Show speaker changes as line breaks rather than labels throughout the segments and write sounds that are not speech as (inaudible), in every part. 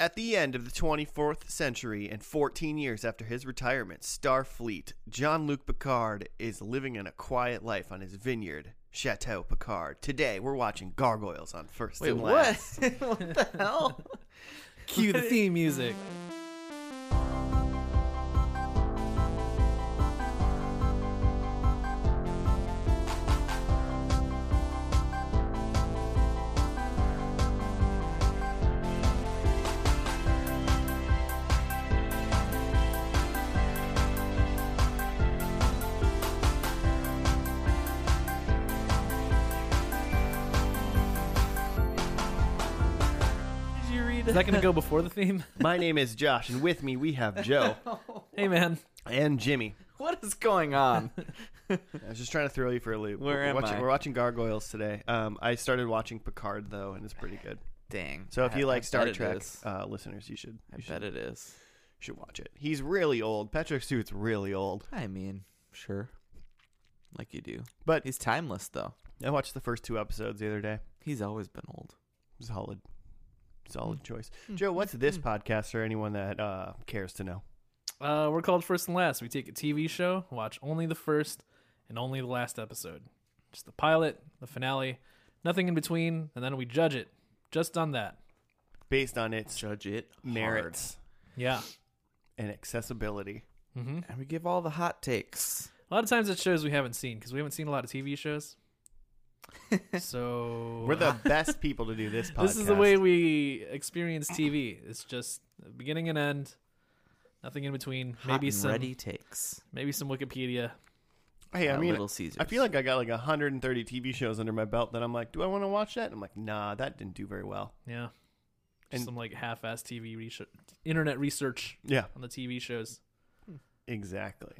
At the end of the 24th century and 14 years after his retirement, Starfleet, John Luc Picard is living in a quiet life on his vineyard, Chateau Picard. Today, we're watching Gargoyles on First
Wait,
and
what?
Last.
(laughs) what the hell?
(laughs) Cue the theme music.
Did you read
Is that going to go before the
(laughs)
theme?
(laughs) My name is Josh, and with me we have (laughs) Joe
hey, man.
and Jimmy.
What is going on?
(laughs) I was just trying to throw you for a loop.
Where
we're
am
watching,
I?
We're watching Gargoyles today. Um, I started watching Picard though, and it's pretty good.
Dang.
So if
I-
you
I
like
bet
Star
it
Trek,
is.
uh, listeners, you should
I
you should,
bet it is.
should watch it. He's really old. Patrick Stewart's really old,
I mean, sure. Like you do.
but
He's timeless, though.
I watched the first two episodes the other day.
He's always been old.
Solid, solid
Mm.
choice. Joe, what's this podcast for anyone that uh, cares to know?
Uh, we're called First and Last. We take a TV show, watch only the first and only the last episode. Just the pilot, the finale, nothing in between, and then we judge it. Just on that.
Based on its
Judge it
merits
Yeah.
and accessibility.
hmm
hard. And we give all the hot takes.
A lot of times it's shows we haven't seen because we haven't seen a lot of TV
(laughs)
shows. so
We're the best people to do this podcast.
(laughs) this is the way we experience TV. It's just beginning and end, nothing in between.
Hot
Maybe
and
some
ready takes.
maybe some Wikipedia.
Hey, I
at
mean,
Little Caesars.
I feel like I got like 130 TV shows under my belt that I'm like, do I want to watch that? I'm like, nah, that didn't do very well.
Yeah, Just
And-
some like half-assed TV research, internet research
Yeah,
on the TV shows.
exactly.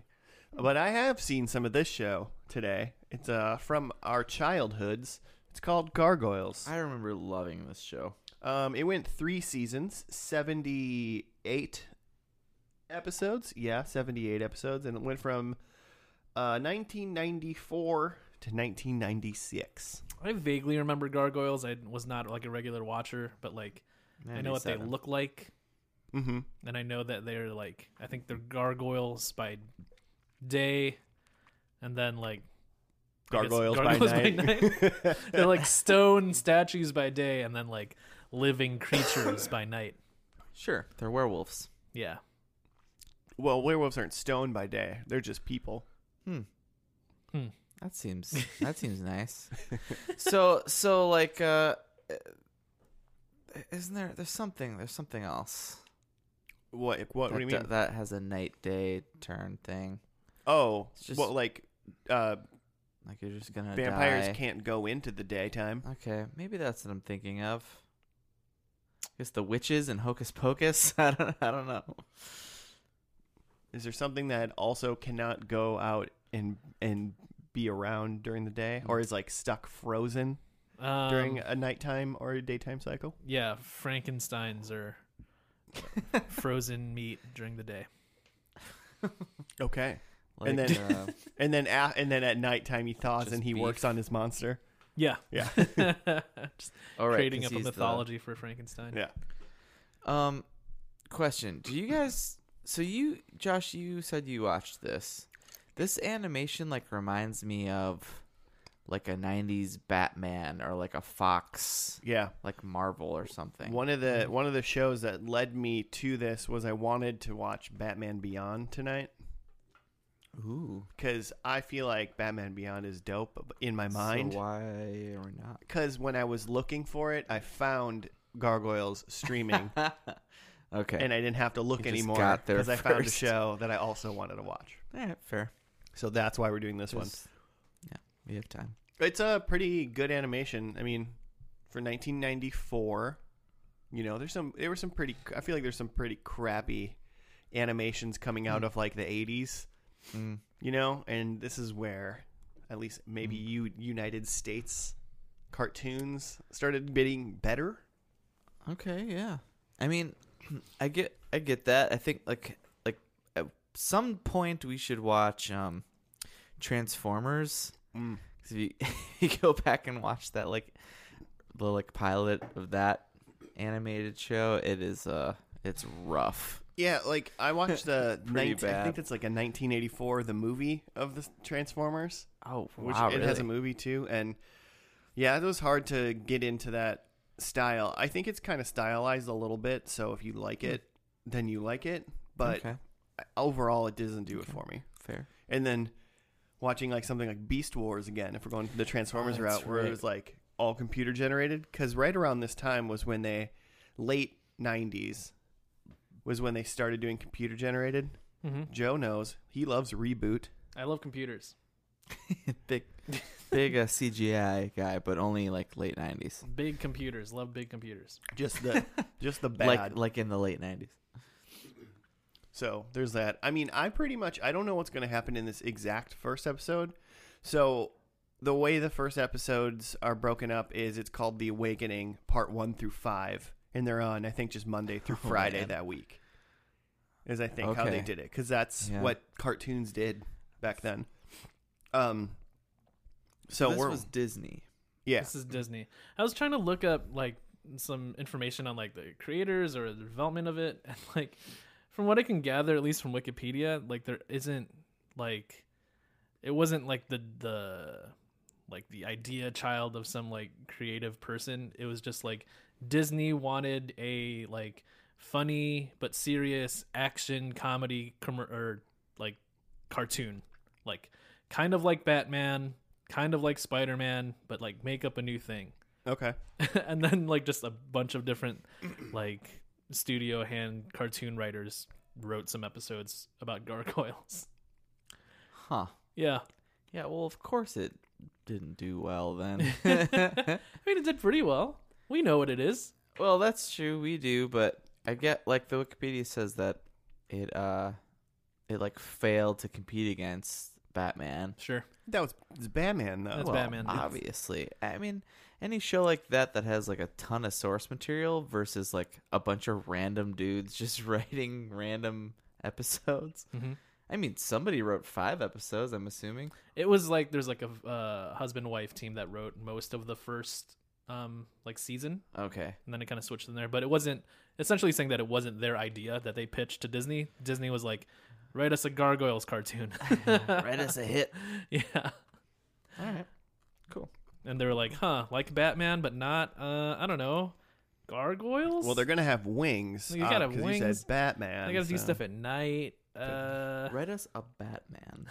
But I have seen some of this show today. It's uh from our childhoods. It's called Gargoyles.
I remember loving this show.
Um, it went three seasons, 78 episodes. Yeah, 78 episodes, and it went from uh 1994 to 1996.
I vaguely remember Gargoyles. I was not like a regular watcher, but like I know what they
97.
look like,
Mm-hmm.
and I know that they're like I think they're gargoyles by day, and then like I guess
Gargoyles,
gargoyles
by
by
night. (laughs)
night. they're
(laughs)
like stone statues by day, and then like living creatures by night.
Sure, they're werewolves.
Yeah,
well, werewolves aren't stone by day; they're just people.
Hmm. (laughs)
That seems
(laughs)
that seems nice. So so like uh uh, isn't there there's something there's something else
What? What, what
that,
do you mean?
d- that has a night day turn thing
Oh,
It's just-
well, like uh,
like you're just gonna
vampires
die.
can't go into the daytime.
Okay, maybe that's what I'm thinking of. It's the witches and Hocus Pocus. (laughs) I don't I don't know.
Is there something that also cannot go out and and be around during the day, or is like stuck frozen
um,
during a nighttime or a daytime cycle?
yeah Frankenstein's (laughs) or frozen meat during the day.
Okay,
Like,
And then-
uh,
and then a- and then at nighttime he thaws
Just
and he
beef.
works on his monster.
(laughs) Yeah,
Yeah,
Just
all right,
creating
'cause
up a
he's the-
mythology for Frankenstein.
yeah.
um, question: Do you guys? So you, Josh, you said you watched this. This animation like reminds me of like a '90s Batman or like a Fox,
Yeah,
like Marvel or something.
one of the one of the shows that led me to this was I wanted to watch Batman Beyond tonight
Ooh,
because I feel like Batman Beyond is dope in my mind.
So why are we not?
because when I was looking for it, I found Gargoyles streaming,
Okay,
and I didn't have to look
You just
anymore
got there
because I found a
first.
show that I also wanted to watch.
all right, fair.
So that's why we're doing this one.
Just- Yeah, we have time.
It's a pretty good animation. I mean, for 1994, you know, there's some. There were some pretty. I feel like there's some pretty crappy animations coming
Hmm.
out of like the 80s.
Mm.
You know, and this is where, at least maybe
Hmm.
you United States cartoons started getting better.
Okay, yeah. I mean, (clears throat) I get I get that. I think like like at some point we should watch um Transformers.
Mm.
(laughs) 'Cause if you, you go back and watch that like the like pilot of that animated show. It is uh, it's rough.
Yeah, like I watched the
(laughs) Pretty
19, I
bad.
think it's like a 1984 the movie of the Transformers,
Oh
which
wow,
it
really?
has a movie too, and yeah, it was hard to get into that style. I think it's kind of stylized a little bit, so if you like it, then you like it. But
Hmm. okay,
overall, it doesn't do it for me.
fair.
And then watching like something like Beast Wars again, if we're going the Transformers
Oh,
route,
that's
where it
right.
was like all computer generated, because right around this time was when they late '90s was when they started doing computer generated.
Mm-hmm.
Joe knows he loves reboot.
I love computers.
big, big uh, CGI guy, but only like late nineties,
Big computers. Love big computers.
Just
(laughs)
the just the bad.
like like in the late nineties.
So there's that. I mean, I pretty much I don't know what's going to happen in this exact first episode. So the way the first episodes are broken up is it's called The Awakening, part one through five, and they're on I think just Monday through
(laughs) Oh,
Friday
man.
that week. Is I think how they
Okay.
did it because that's
Yeah.
what cartoons did back then. Um. So
this
we're
was Disney.
yeah
This is Disney. I was trying to look up like some information on like the creators or the development of it, (laughs) and like from what I can gather, at least from Wikipedia, like there isn't like it wasn't like the the like the idea child of some like creative person. It was just like Disney wanted a like funny but serious action comedy com- or like cartoon, like kind of like Batman, kind of like Spider Man, but like make up a new thing. (laughs)
okay
and then like just a bunch of different (clears throat) like studio hand cartoon writers wrote some episodes about gargoyles. (laughs)
Huh.
Yeah.
Yeah. Well, of course it didn't do well then. (laughs)
I mean it did pretty well. We know what it is.
well, that's true. We do, but I get like the Wikipedia says that it uh, it like failed to compete against Batman.
Sure.
that was it's Batman though.
That's
Well,
Batman. It's-
Obviously, I mean, any show like that that has like a ton of source material versus like a bunch of random dudes (laughs) just writing random episodes.
Mhm.
I mean, somebody wrote five episodes. I'm assuming.
It was like there's like a uh, husband wife team that wrote most of the first um like season
Okay,
and then it kind of switched in there. But it wasn't essentially saying that it wasn't their idea that they pitched to Disney. Disney was like, write us a gargoyles cartoon. (laughs)
write us a hit.
yeah.
All right, cool.
And they were like, huh, like Batman, but not, uh, I don't know, gargoyles?
Well, they're gonna have wings.
You gotta
uh, 'cause You
wings.
said Batman.
They gotta do
so-
stuff at night. Uh,
write us a Batman.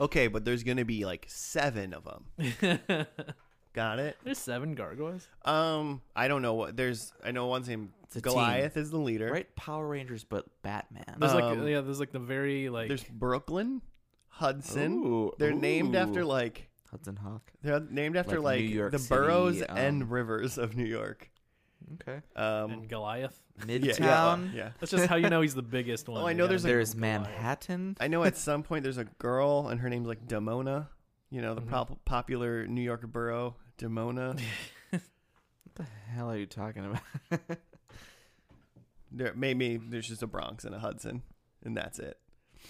Okay, but there's gonna be like seven of them.
(laughs)
Got it.
there's seven gargoyles.
Um, I don't know what there's. I know one's named
It's a
Goliath is the leader.
Write Power Rangers, but Batman.
There's
Um,
like, yeah, there's like the very, like,
There's Brooklyn, Hudson.
Ooh,
they're named after
ooh.
like
Hudson Hawk.
they're named after
Like
like,
New York
the
City,
boroughs
um,
and rivers of New York.
Okay,
Um,
and Goliath.
yeah,
Midtown.
yeah, yeah.
That's just how you know he's the biggest
(laughs)
one.
Oh, I
You
know there's
gotta
a-
name
There's
him Goliath.
Manhattan.
I
(laughs)
know at some point there's a girl and her name's like Demona. You know the
Mhm.
Mm-hmm.
pop- popular New York borough, Demona.
(laughs) What the hell are you talking about? (laughs)
there, maybe there's just a Bronx and a Hudson, and that's it.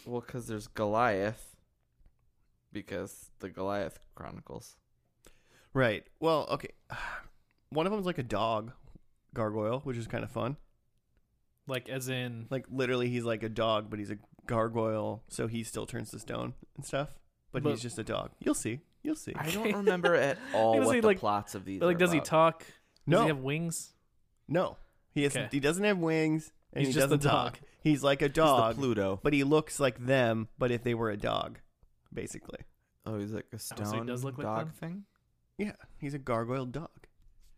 well, because there's Goliath, because the Goliath Chronicles.
Right. Well, okay. (sighs) One of them's like a dog gargoyle, which is kind of fun.
Like, as in,
Like literally, he's like a dog, but he's a gargoyle, so he still turns to stone and stuff. But,
But-
he's just a dog. You'll see. You'll see.
I
Okay.
don't
(laughs)
remember at all
Because
what
he,
the
like-
plots of these.
but like,
are
does he
about.
talk? Does
no,
he have wings?
no, he has.
Okay.
He doesn't have wings, and
He's
he
just a
doesn't
dog.
talk. He's like a
He's the
dog,
Pluto.
but he looks like them. But if they were a dog, basically,
Oh, he's like a
so
stone
he does look like
dog
them?
thing.
yeah, he's a gargoyle dog.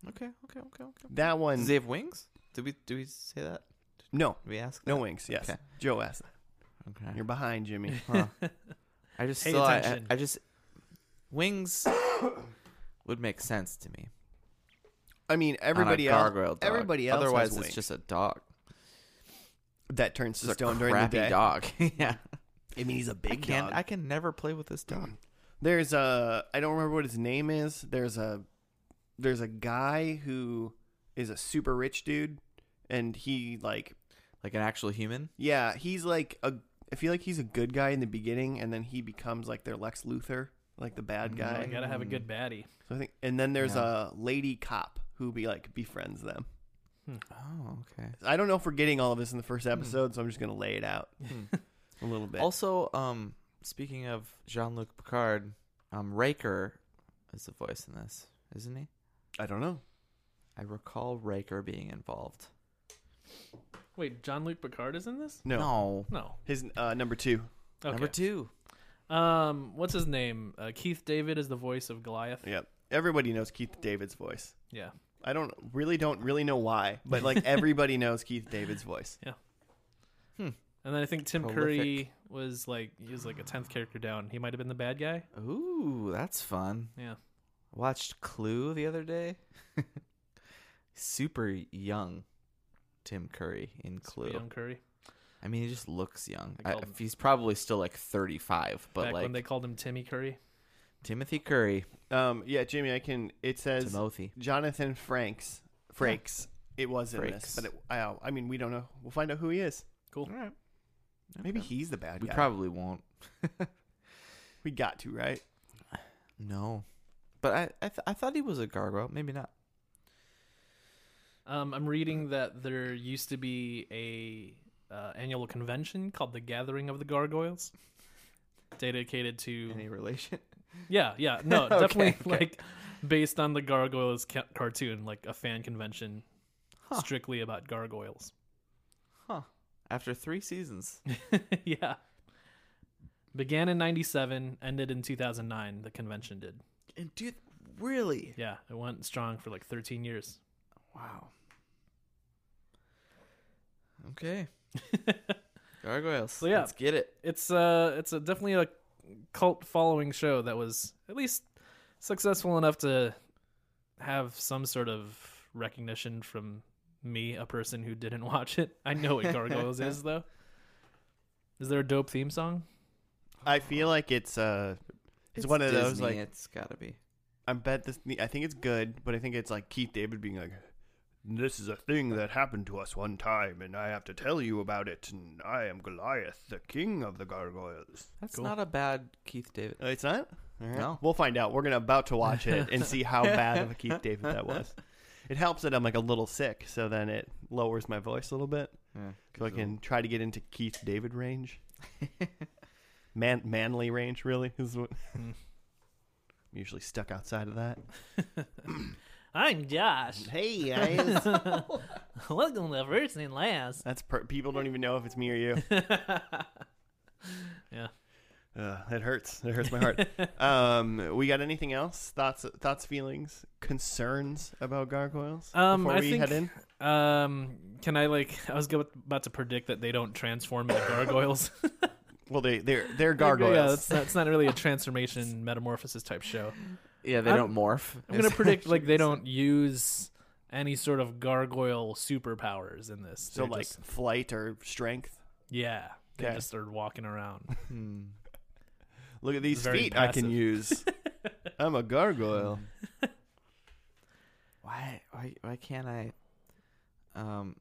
Okay, okay, okay, okay.
That one,
Does he have wings? Did we do we say that?
no,
Did we ask?
no
that?
wings. Yes,
Okay.
Joe asked. that.
Okay.
You're behind, Jimmy.
(laughs) Huh. I just
Pay
still, I-
attention.
I, I just wings would make sense to me.
I mean,
on a
everybody else.
gargoyle dog.
everybody else has
Otherwise,
wings.
it's just a dog.
that turns to
Just a
stone during the
crappy
day.
dog. (laughs) yeah.
I mean, he's a big
I can
dog. Mm.
I can never play with this dog.
There's a I don't remember what his name is. There's a there's a guy who is a super rich dude, and he like
Like an actual human.
yeah he's like a I feel like he's a good guy in the beginning, and then he becomes like their Lex Luthor, like the bad
Mm.
I
guy.
Okay. Mm.
gotta have a good baddie.
So I think, and then there's
Yeah.
a lady cop who be like befriends them.
Oh, okay.
I don't know if we're getting all of this in the first episode, so I'm just gonna lay it out (laughs)
Hmm.
a little bit.
Also, um, speaking of Jean-Luc Picard, um, Riker is the voice in this, isn't he?
I don't know.
I recall Riker being involved.
Wait, John Luke Picard is in this?
No,
No.
his uh, number two.
Okay.
Number two.
Um, what's his name? Uh, Keith David is the voice of Goliath.
Yep. Everybody knows Keith David's voice.
Yeah.
I don't really don't really know why, but (laughs) like everybody knows Keith David's voice.
And then I think Tim
Prolific.
Curry was like he was like a tenth character down. He might have been the bad guy.
Ooh, that's fun.
Yeah.
Watched Clue the other day. (laughs) Super young Tim Curry in Clue.
Young Curry.
I mean, he just looks young.
They
I,
called him-
he's probably still like 35, but
Back
like
when they called him Timmy Curry.
Timothy Curry,
Um, yeah, Jimmy, I can. It says
Timothy.
Jonathan Franks. Frakes. It was in
Frakes.
this, but it, I, I mean, we don't know. We'll find out who he is.
Cool.
All right.
Maybe
Okay.
he's the bad
we
guy.
probably won't.
we got to right.
No, but I I, th- I thought he was a gargoyle. Maybe not.
Um, I'm reading that there used to be a uh, annual convention called the Gathering of the Gargoyles, dedicated to
Any relation? (laughs)
yeah, yeah, no,
Okay,
definitely
okay.
like based on the Gargoyles ca- cartoon, like a fan convention
Huh.
strictly about gargoyles. (laughs)
Huh. After three seasons,
yeah, began in '97, ended in 2009. The convention did.
and dude, really?
Yeah, it went strong for like 13 years. (laughs)
Wow. Okay. Gargoyles.
So, yeah.
Let's get it.
it's uh it's a definitely a cult following show that was at least successful enough to have some sort of recognition from me, a person who didn't (laughs) watch it. I know what Gargoyles is though. Is there a dope theme song?
I feel like it's uh, it's, one of those
Disney,
like
it's gotta be.
I bet this. I think it's good, but I think it's like Keith David being like, "This is a thing that happened to us one time, and I have to tell you about it. And I am Goliath, the king of the gargoyles."
That's
Cool.
not a bad Keith David.
Uh, It's not. All right.
No.
we'll find out. We're gonna about to watch it and see
(laughs)
how bad of a Keith David that was. It helps that I'm like a little sick, so then it lowers my voice a little bit,
Yeah,
so I can try to get into Keith David range, man, manly range. Really is what.
Hmm.
I'm usually stuck outside of that.
I'm (laughs) Josh.
Hey (laughs) guys.
Welcome to First and Last.
That's per- people don't even know if it's me or you.
(laughs)
Uh, it hurts. It hurts my heart.
(laughs)
um, we got anything else? Thoughts, thoughts, feelings, concerns about gargoyles
Um,
before
I
we
think-
head in?
(laughs) um, can I like? I was go- about to predict that they don't transform into gargoyles.
Well, they they're they're
(laughs) Yeah,
gargoyles.
that's not, it's not really a transformation metamorphosis type show.
Yeah, they
I'm-
don't morph.
I'm
(laughs)
gonna predict like they don't use any sort of gargoyle superpowers in this.
so
They're
like
just-
flight or strength.
yeah, they
Okay.
just are walking around.
Hmm.
Look at these
Very
feet I can
passive. (laughs)
use. I'm a gargoyle.
Hmm. Why why why can't I um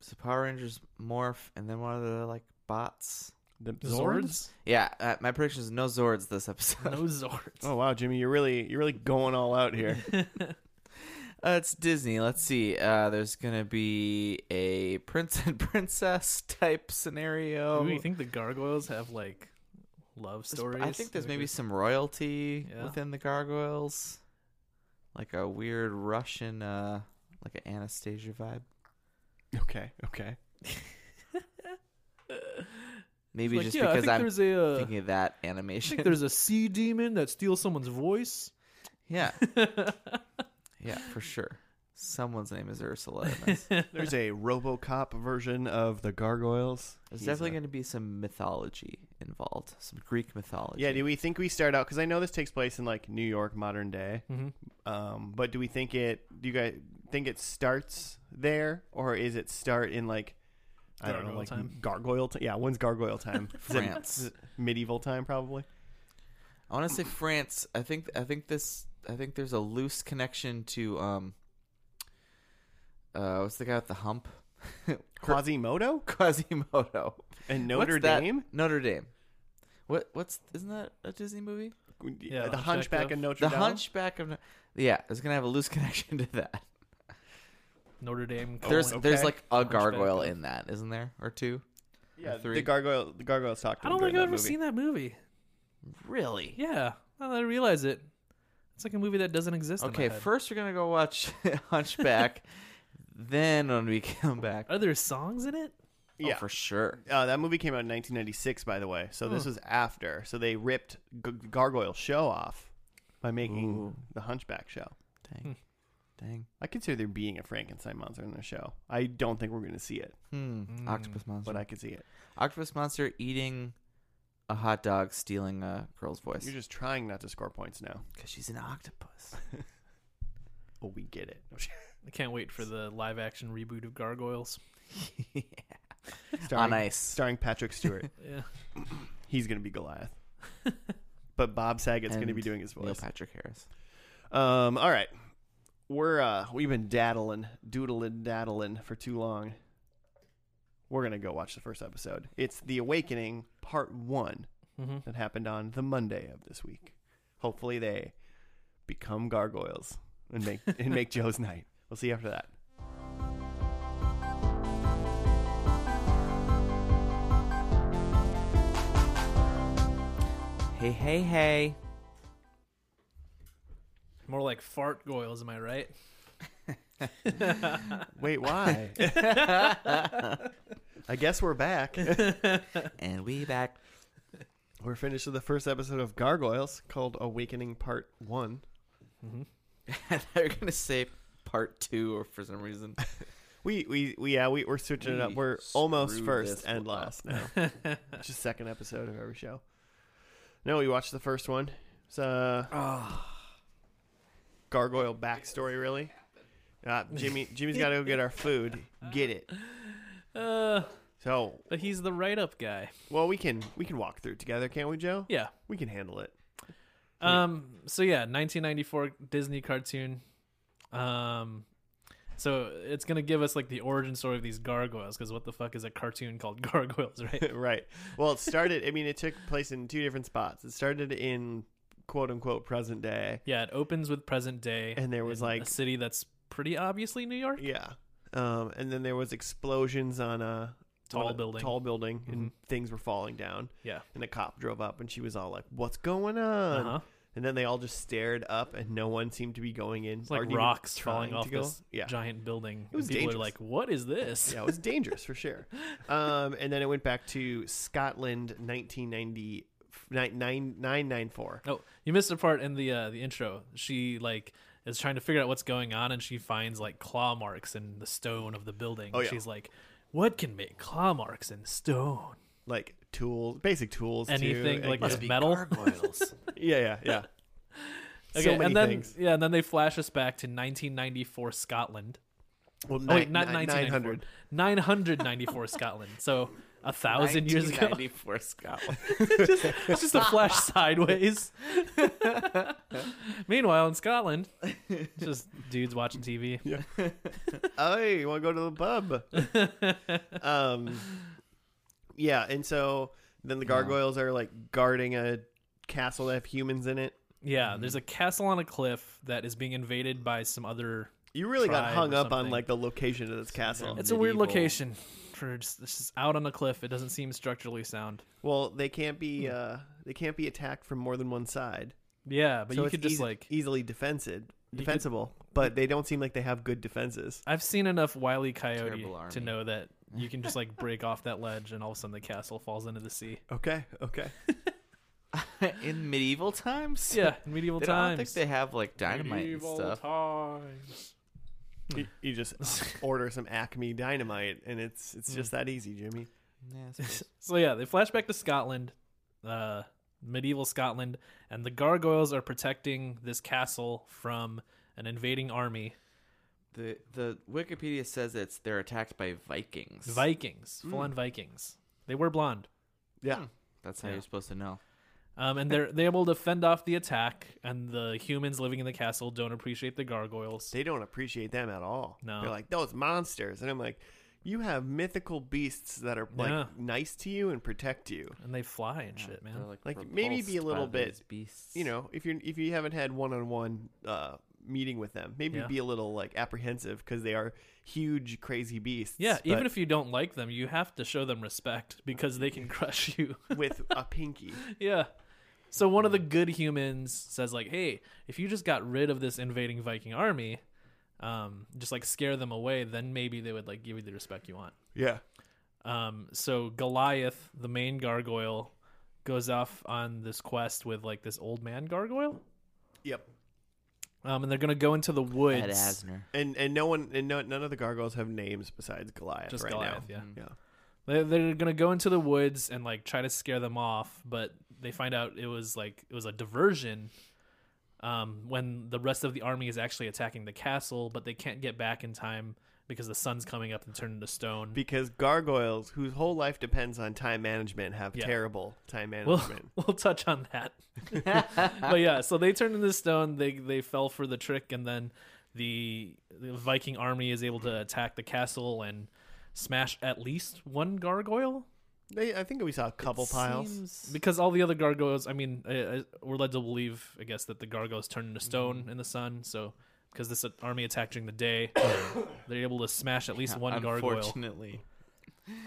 so Power Rangers morph and then one of the like bots?
The
Zords?
Yeah, uh, my prediction is no Zords this episode. (laughs)
No Zords.
Oh wow, Jimmy, you're really you're really going all out here.
(laughs)
Uh, it's Disney. Let's see. Uh, there's gonna be a prince (laughs) and princess type scenario.
Do you think the gargoyles have like love
Oh. There's-
stories?
I think there's
Like,
maybe some royalty
Yeah.
within the gargoyles, like a weird Russian, uh, like an Anastasia vibe.
Okay, okay.
uh,
Maybe
like,
just
yeah,
because
I
I'm
think there's a. Uh,
thinking of that
I
animation.
think there's a sea demon that steals someone's voice.
(laughs)
(laughs) Mm-hmm.
yeah, yeah, for sure. Someone's name is Ursula. In
(laughs)
this.
There's a RoboCop version of the gargoyles.
There's
He's
definitely
a-
going to be some mythology involved, some Greek mythology. (laughs)
Yeah, do we think we start out because I know this takes place in like New York modern day,
Mhm.
um, but do we think it? Do you guys think it starts there, or is it start in like I don't know,
Gargoyle
like
time.
gargoyle? T- yeah, when's gargoyle
(laughs)
time? Is it
France.
medieval time, probably.
I want to say France. I think I think this I think there's a loose connection to um uh what's the guy with the hump? (laughs)
Quasimodo
Quasimodo.
and
What's
Notre
that-
Dame.
Notre Dame. What what's isn't that a Disney movie?
the
Yeah, I'll check
Hunchback
that.
of Notre
The
Dame.
Hunchback of No- yeah, it's gonna have a loose (laughs) connection to that.
Notre Dame.
There's
colon.
there's
okay.
like a
Oh, Hunchback
gargoyle
of-
in that, isn't there, or two?
yeah,
three.
the gargoyle. The gargoyles talked.
I don't think I've ever seen that movie.
Really?
Yeah, now that I realize it, it's like a movie that doesn't exist. in my
Okay,
head.
first we're gonna go watch (laughs)
(laughs)
Hunchback. then when we come back, oh,
are there songs in it?
Yeah,
for sure.
Uh, that movie came out in 1996, by the way. So this was after. So they ripped G- Gargoyle show off by making
Ooh.
the Hunchback show.
Dang,
Hmm.
dang.
I consider there being a Frankenstein monster in the show. I don't think we're going to see it,
Hmm. Octopus monster.
but I could see it.
Octopus monster eating a hot dog, stealing a girl's voice
You're just trying not to score points now.
because she's
(laughs)
an octopus. (laughs)
Oh, we get it.
I can't wait for the live action reboot of Gargoyles.
(laughs) starring,
On ice.
starring Patrick
(laughs)
Stewart.
Yeah.
He's going to be Goliath. But Bob Saget's going to be
And
doing his
Neil
voice.
Patrick Harris.
Um, all right. We're uh we've been daddling, doodling, daddling for too long. We're gonna go watch the first episode. It's The Awakening Part One
Mm-hmm.
that happened on the Monday of this week. Hopefully they become gargoyles and make and make Joe's night. We'll see you after that.
Hey, hey, hey.
More like fart goyles, am I right?
Wait, why? I guess we're back. (laughs)
And we back.
We're finished with the first episode of Gargoyles called Awakening Part One.
(laughs) I thought you were gonna say part two, or for some reason.
We we we yeah we we're switching it up.
We
We're almost
screwed
first
this
and
one up.
last
(laughs)
now. It's Just second episode of every show. No, we watched the first one. It's a
Ah.
gargoyle backstory, really. Uh, Jimmy Jimmy's got to go get our food. Get it.
Uh,
So
but he's the write up guy.
well we can we can walk through it together, can't we, Joe?
Yeah.
We can handle it. (laughs)
Um. So yeah, 1994 Disney cartoon. Um. So it's gonna give us like the origin story of these gargoyles, because what the fuck is a cartoon called (laughs) Gargoyles,
(laughs)
right?
right. Well, it started. I mean, it took place in two different spots. It started in quote unquote present day.
yeah, it opens with present day,
And there was,
in
like-
a city that's pretty obviously New York.
Yeah. Um, and then there was explosions on a
Tall
on a
building. Mm-hmm.
Tall building, and things were falling down.
Yeah.
And a cop drove up, and she was all like, "What's going on?"
Uh-huh.
And then they all just stared up, and no one seemed to be going in.
It's like rocks falling off this
Yeah.
giant building.
It was
and people
dangerous.
are like, "What is this?"
yeah, it was dangerous for sure.
(laughs)
Um, and then it went back to Scotland, 1990, 994.
Oh, you missed a part in the uh, the intro. She like is trying to figure out what's going on, and she finds like claw marks in the stone of the building.
Oh, yeah.
She's like, "What can make claw marks in stone?
Like tools, basic tools. too,
Anything
I
like
guess.
just metal?" (laughs)
gargoyles.
(laughs) yeah, yeah, yeah.
Okay,
so many
and then
things.
yeah, and then they flash us back to 1994 Scotland.
Well,
Oh wait,
ni-
not
ni-
1994. 994 Scotland. So a thousand years ago.
1994 Scotland.
(laughs) It's just
(laughs)
a flash sideways. Meanwhile, in Scotland, it's just dudes watching TV.
Hey, you want to go to the pub?
(laughs)
um, yeah, and so then the gargoyles are like guarding a castle that have humans in it.
Yeah,
Mm-hmm.
there's a castle on a cliff that is being invaded by some other.
You really got
Tribe
hung
or
up on
something.
like the location of this castle.
It's-
It's a weird
Medieval.
location for just, it's just out on a cliff. It doesn't seem structurally sound.
well, they can't
Hmm.
be uh, they can't be attacked from more than one side.
Yeah, but
so
you
it's
could just
eas-
like.
easily defensive, defensible. But they don't seem like they have good defenses.
I've seen enough Wily Coyote
Terrible army.
to know that you can just like break off that ledge and all of a sudden the castle falls into the
(laughs)
sea.
Okay, okay.
(laughs) in medieval times.
Yeah, in medieval
They don't- I don't think
times.
they have like dynamite
medieval
and stuff.
times.
you, you
(laughs)
just order some Acme dynamite, and it's it's
Hmm.
just that easy, Jimmy.
Yeah,
(laughs)
I suppose.
So yeah, they flash back to Scotland, uh, medieval Scotland, and the gargoyles are protecting this castle from an invading army,
the the Wikipedia says it's they're attacked by Vikings.
Vikings, full-on Vikings. They were blonde,
Yeah.
That's how
Yeah.
you're supposed to know.
um, and they're they're able to fend off the attack. And the humans living in the castle don't appreciate the gargoyles.
they don't appreciate them at all.
No.
They're like, those monsters. And I'm like, You have mythical beasts that are like
Yeah.
nice to you and protect you.
and they fly and shit, man.
Like, maybe be a
repulsed
little
by those
bit,
beasts.
You know, if you if you haven't had one on one meeting with them, maybe
Yeah.
be a little like apprehensive because they are huge, crazy beasts.
yeah,
but
even if you don't like them, you have to show them respect because they can crush you. (laughs)
with a pinky.
yeah. So one of the good humans says like, "Hey, if you just got rid of this invading Viking army, um, just like scare them away, then maybe they would like give you the respect you want."
Yeah.
Um, so Goliath, the main gargoyle, goes off on this quest with like this old man gargoyle,
Yep.
um, and they're gonna go into the woods.
Ed Asner.
And and no one and no, none of the gargoyles have names besides Goliath
Just
right
Goliath,
now.
yeah. Mm-hmm.
Yeah.
They're, they're gonna go into the woods and like try to scare them off, but they find out it was like it was a diversion. Um, when the rest of the army is actually attacking the castle, but they can't get back in time because the sun's coming up and turning into stone.
Because gargoyles, whose whole life depends on time management, have
Yeah.
terrible time
we'll,
management.
(laughs) we'll touch on that. but yeah, so they turned into stone. They they fell for the trick, and then the, the Viking army is able to attack the castle and smash at least one gargoyle.
They, I think we saw a couple piles.
Seems-
Because all the other gargoyles, I mean, I, I, we're led to believe, I guess, that the gargoyles turned into stone in the sun. So, because this army attacked during the day, they're able to smash at least one gargoyle.
Unfortunately,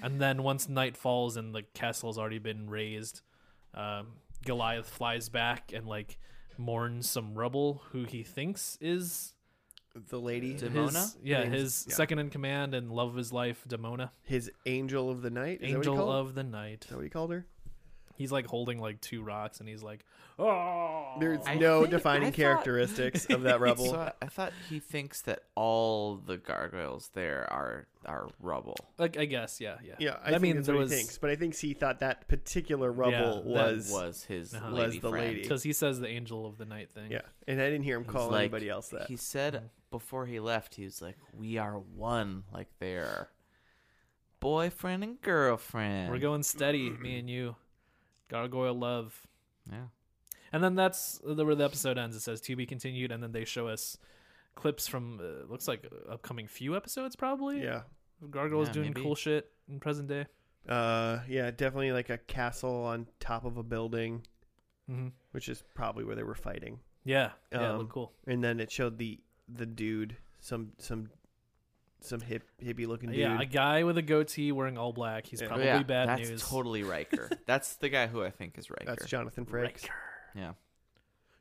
And then once night falls and the castle's already been raised, um, Goliath flies back and like mourns some rubble who he thinks is
The lady,
Did-
his,
Demona?
Uh, yeah,
Name's-
his
yeah.
second in command and love of his life, Demona,
his angel of the night, is that what he
angel
called?
of the night.
Is that what he called her?
He's like holding like two rocks and he's like, oh,
There's
I
no
think- I
defining
thought-
characteristics of
(laughs)
that rebel.
so I, I thought he thinks that all the gargoyles there are are rubble.
like I guess, yeah, yeah,
yeah, I,
I
think
mean,
that's
there
what
was-
he thinks, but I think he thought that particular rubble
Yeah,
That
was,
was
(laughs)
his
Uh-huh.
lady
was the
friend.
lady.
because he says the angel of the night thing.
yeah, and I didn't hear him
He's
call
like-
anybody else that.
He
Mm-hmm.
said before he left, he was like, "We are one, like they're boyfriend and girlfriend."
we're going steady, me and you, gargoyle love.
Yeah.
And then that's the, where the episode ends. It says to be continued, and then they show us clips from uh, looks like upcoming few episodes, probably.
Yeah,
Gargoyles
Yeah,
doing
maybe.
cool shit in present day.
uh, yeah, definitely like a castle on top of a building,
Mm-hmm.
which is probably where they were fighting.
Yeah, yeah, it
Um,
look cool.
And then it showed the the dude, some some some hip hippie looking dude.
Yeah, a guy with a goatee wearing all black. He's
Yeah.
probably
yeah,
bad
that's
news.
totally Riker.
(laughs)
that's the guy who I think is Riker.
That's Jonathan Frakes.
Riker.
yeah.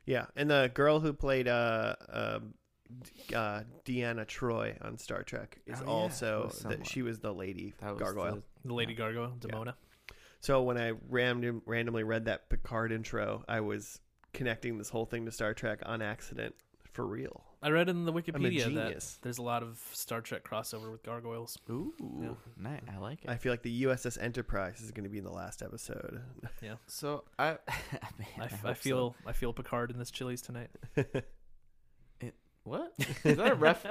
Yeah, and the girl who played uh, um D- uh, Deanna Troy on Star Trek is
Oh, yeah,
also
was
that
someone.
she was the lady
That was
gargoyle.
The Lady Gargoyle, Demona.
So when I random, randomly read that Picard intro, I was connecting this whole thing to Star Trek on accident for real.
I read in the
I'm a
Wikipedia that
genius.
there's a lot of Star Trek crossover with gargoyles.
the Ooh, nice. I like it.
I feel like the USS Enterprise is going to be in the last episode. (laughs)
so I, (laughs) man,
I, f-
hope
I
so.
feel I feel Picard in this Chili's tonight.
(laughs)
(laughs)
what is that a ref?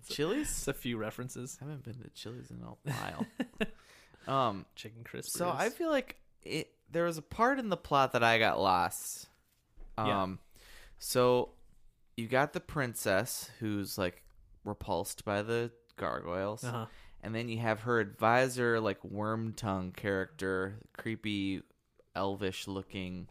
It's
Chili's?
a few references.
I haven't been to Chili's in a
(laughs)
while. um,
Chicken crispers.
So I feel like it. There was a part in the plot that I got lost. Um,
Yeah.
so you got the princess who's like repulsed by the gargoyles,
Uh-huh.
and then you have her advisor, like worm tongue character, creepy, elvish looking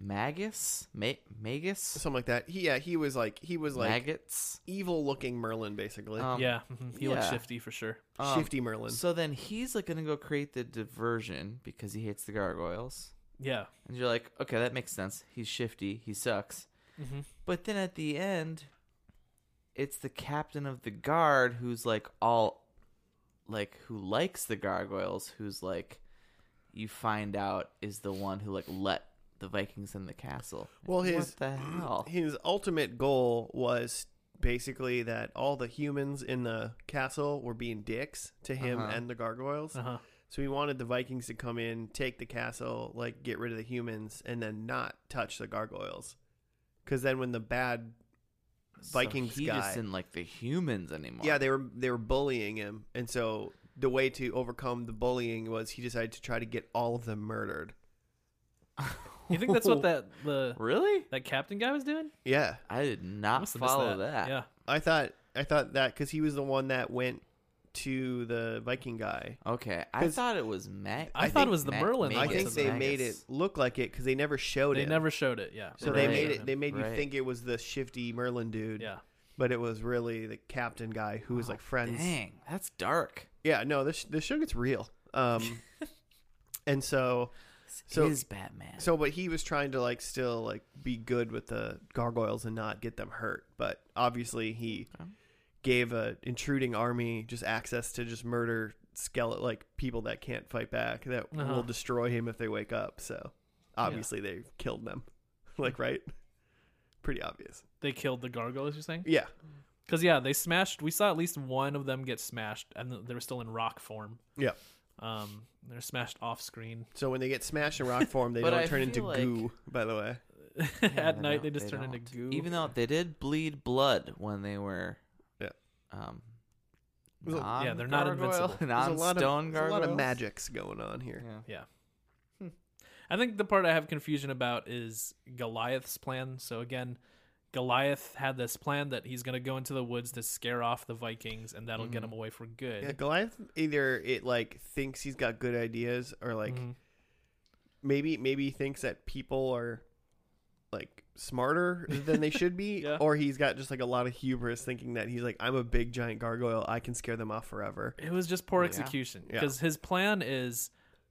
magus, ma- magus,
Something like that. He, yeah, he was like he was like
maggots.
evil looking Merlin basically.
Um,
yeah, mhm, he looks
yeah.
shifty for sure.
um,
Shifty Merlin.
So then he's like gonna go create the diversion because he hates the gargoyles.
Yeah.
And you're like, okay, that makes sense. He's shifty. He sucks.
Mhm.
But then at the end, it's the captain of the guard who's like all, like who likes the gargoyles. Who's like, you find out is the one who like let the Vikings in the castle.
Well, his-
what the hell?
His ultimate goal was basically that all the humans in the castle were being dicks to him
Uh-huh.
and the gargoyles.
Uh huh.
So he wanted the Vikings to come in, take the castle, like get rid of the humans, and then not touch the gargoyles. Because then when the bad, Vikings
so he
guy.
just didn't like the humans anymore.
yeah, they were they were bullying him, and so the way to overcome the bullying was he decided to try to get all of them murdered.
You think that's what that
(laughs)
the
really?
that captain guy was doing?
Yeah,
I did not
Must have missed
follow that.
Yeah.
I thought I thought that because he was the one that went to the Viking guy.
Okay, I
'Cause
thought it was Matt.
I thought it was the Merlin
I
Maybe
think
it's
they made it look like it because they never showed
They
him.
never showed it. Yeah.
Oh, So they
Right.
made it. They made you
Right.
think it was the shifty Merlin dude.
Yeah.
But it was really the captain guy who was like friends.
Oh, Dang, that's dark.
Yeah. No, this this show gets real.
(laughs)
Um, and so
So
So-
is Batman.
so, but he was trying to like still like be good with the gargoyles and not get them hurt. But obviously he
Okay.
gave a intruding army just access to just murder skeleton like people that can't fight back that
Uh-huh.
will destroy him if they wake up. So obviously they killed them. (laughs) like right. Pretty obvious.
They killed the gargoyles. You're saying?
Yeah.
Because yeah, they smashed. We saw at least one of them get smashed, and th- they were still in rock form.
Yeah.
Um, they're smashed off screen. (laughs)
So when they get smashed in rock form, they
(laughs) But
don't
I
turn into
feel like-
goo. By the way,
Yeah,
(laughs) at
they
night,
don't-
they just turn into
don't.
goo.
Even though they did bleed blood when they were,
Yeah.
um,
There's a-
yeah, they're not
(laughs) non-gargoyle,
invincible.
there's a
Non
lot of
stone
there's a lot of
gargoyles.
magics going on here.
Yeah.
Yeah. I think the part I have confusion about is Goliath's plan. So again, Goliath had this plan that he's going to go into the woods to scare off the Vikings, and that'll get him away for good.
Yeah, Goliath either it like thinks he's got good ideas or like
Mhm.
maybe maybe he thinks that people are like smarter than they should
(laughs)
be
Yeah.
or he's got just like a lot of hubris thinking that he's like I'm a big giant gargoyle, I can scare them off forever.
It was just poor
Yeah.
execution
Yeah.
because his plan is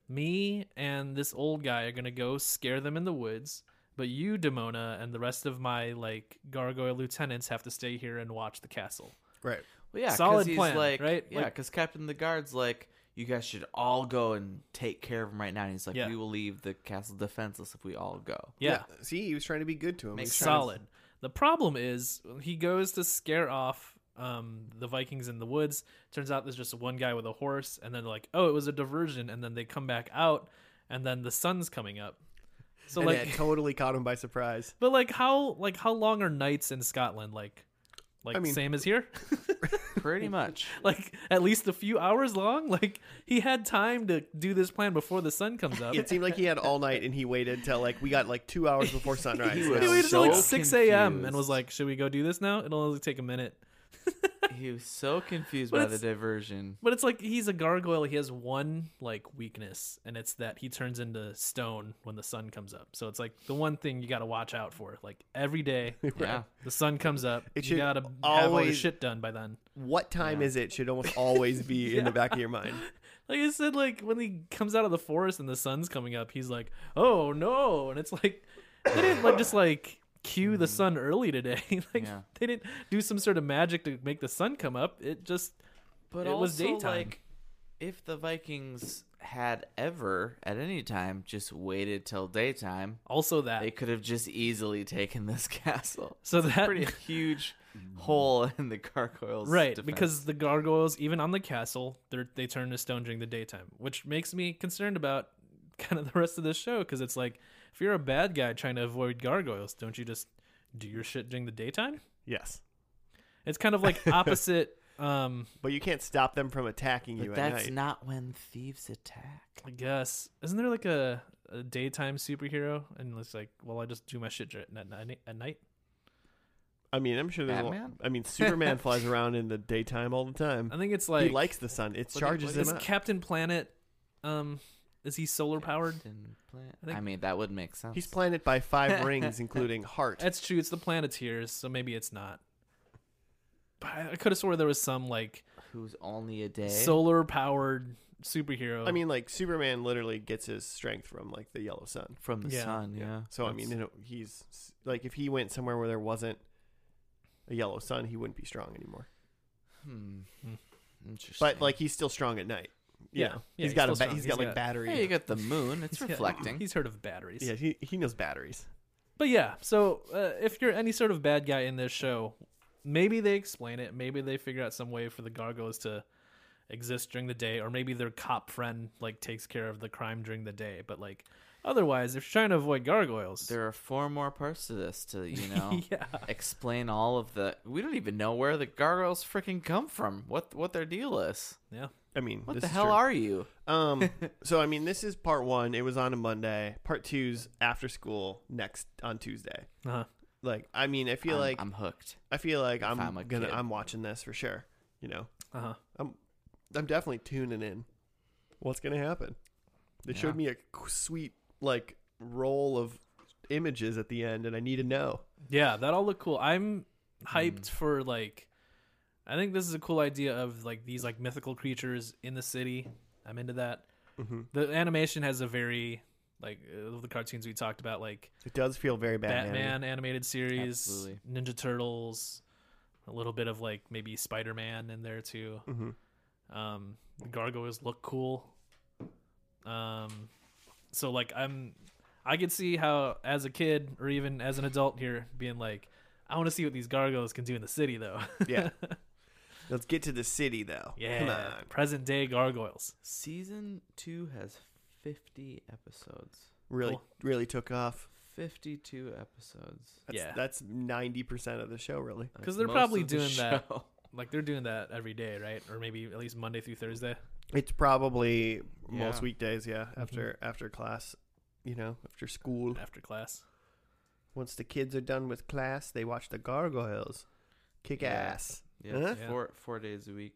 me and this old guy are going to go scare them in the woods, but you, Demona, and the rest of my like gargoyle lieutenants have to stay here and watch the castle.
Right.
Well, yeah, 'cause
Solid
he's
plan,
like,
right?
Yeah,
Like-
because Captain of the Guard's like, you guys should all go and take care of him right now. And he's like,
Yeah.
we will leave the castle defenseless if we all
(laughs)
go. (laughs)
yeah.
See, he was trying to be good to him.
Makes
He's trying to-
solid. The problem is he goes to scare off um, the Vikings in the woods. Turns out there's just one guy with a horse, and then they're like, oh, it was a diversion, and then they come back out, and then the sun's coming up. So
and
like,
that totally caught him by
(laughs)
surprise.
but like how like how long are nights in Scotland like? Like
I mean-
same as here, (laughs)
Pretty much.
like at least a few hours long. (laughs) Like he had time to do this plan before the sun comes up.
It seemed like (laughs) he had all night and he waited till like we got like 2 hours before sunrise.
(laughs) He
And
was
I
he waited till
so
like six a.m. and
confused.
was like, "Should we go do this now? It'll only take a minute."
he was so confused
But
by the
it's-
diversion.
But it's like he's a gargoyle. He has one like weakness, and it's that he turns into stone when the sun comes up. So it's like the one thing you got to watch out for. Like every
(laughs)
day,
Yeah.
the sun comes up.
It
you
should
got to have all your
always-
shit done by then.
what time is it should almost always be
(laughs)
in the back of your mind.
Like I said, like when he comes out of the forest and the sun's coming up, he's like, "Oh no!" And it's like they didn't like just like cue the sun early today. (laughs) like
Hmm. Yeah.
they didn't do some sort of magic to make the sun come up. It just
But
It
also,
was daytime.
like, if the Vikings had ever at any time just waited till daytime,
also that.
they could have just easily taken this (laughs) castle.
so that
Pretty
(laughs)
(laughs) huge hole in the gargoyles.
right
defense.
because the gargoyles even on the castle they are they turn to stone during the daytime which makes me concerned about (laughs) kind of the rest of this show because it's like if you're a bad guy trying to avoid gargoyles don't you just do your shit during the daytime
Yes.
it's kind of
(laughs)
like opposite um
But you can't stop them from attacking you
But
at
that's
night.
not when thieves attack.
i guess isn't there like a, a daytime superhero and it's like well i just do my shit at night at night
I mean, I'm sure there's a lot,
Batman? (laughs)
I mean, Superman flies around in the daytime all the time.
i think it's like
he likes the sun. It
he-
charges
what
him
is
up.
captain planet um is he solar powered
Captain Plant. I,
think-
mean, that would make sense.
He's planet by five rings, including heart.
That's true. It's the Planeteers, so maybe it's not. But I could have swore there was some like
who's only a day.
solar powered superhero.
Eh? I mean, like Superman literally gets his strength from like the yellow sun.
from the
Yeah.
sun, yeah.
So I mean, you know, he's like if he went somewhere where there wasn't a yellow sun, he wouldn't be strong anymore.
hmm. interesting.
But like he's still strong at night. You
Yeah.
know?
Yeah,
he's
he's
got a
still
ba-
strong.
he's
He's
got like
got-
battery.
hey, you got the moon.
(laughs)
It's
Yeah,
reflecting.
he's heard of batteries.
yeah, he he knows batteries.
But yeah, so uh, if you're any sort of bad guy in this show, maybe they explain it. Maybe they figure out some way for the gargoyles to exist during the day, or maybe their cop friend like takes care of the crime during the day. But like otherwise, if you're trying to avoid gargoyles,
There are four more parts to this to you know
(laughs) Yeah.
explain all of the. We don't even know where the gargoyles freaking come from. What what their deal is?
yeah,
I mean,
What
this
the
is
hell
true.
are you?
(laughs)
(laughs)
(laughs)
Um, so I mean, this is part one. It was on a Monday. Part two's after school next on Tuesday.
uh-huh.
Like, I mean, I feel
I'm,
like
I'm hooked.
I feel like I'm,
I'm a
gonna
kid.
I'm watching this for sure. You know,
Uh-huh.
I'm I'm definitely tuning in. What's gonna happen? They
Yeah.
showed me a qu- sweet like roll of images at the end, and I need to know.
Yeah, that all look cool. I'm hyped for like I think this is a cool idea of like these like mythical creatures in the city. I'm into that.
Mm-hmm.
The animation has a very like uh, the cartoons we talked about like
It does feel very Batman.
Batman, animated series,
Absolutely.
Ninja Turtles, a little bit of like maybe Spider-Man in there too.
Mhm.
Um the gargoyles look cool. Um so like I'm I could see how as a kid or even as an adult here being like I want to see what these gargoyles can do in the city though. (laughs)
Yeah. Let's get to the city though. Come
yeah.
on.
Present day gargoyles.
Season two has fifty episodes.
Really,
Cool.
really took off.
Fifty-two episodes.
That's,
Yeah.
that's ninety percent of the show, really.
That's
'Cause they're
most
probably
of the
doing that.
show. (laughs)
Like they're doing that every day, right? Or maybe at least Monday through Thursday.
It's probably
Yeah.
most weekdays, yeah.
Mm-hmm.
After after class, you know, after school.
After class.
Once the kids are done with class, they watch the gargoyles. Kick
Yeah.
ass.
Yeah, it's
Huh?
four four days a week.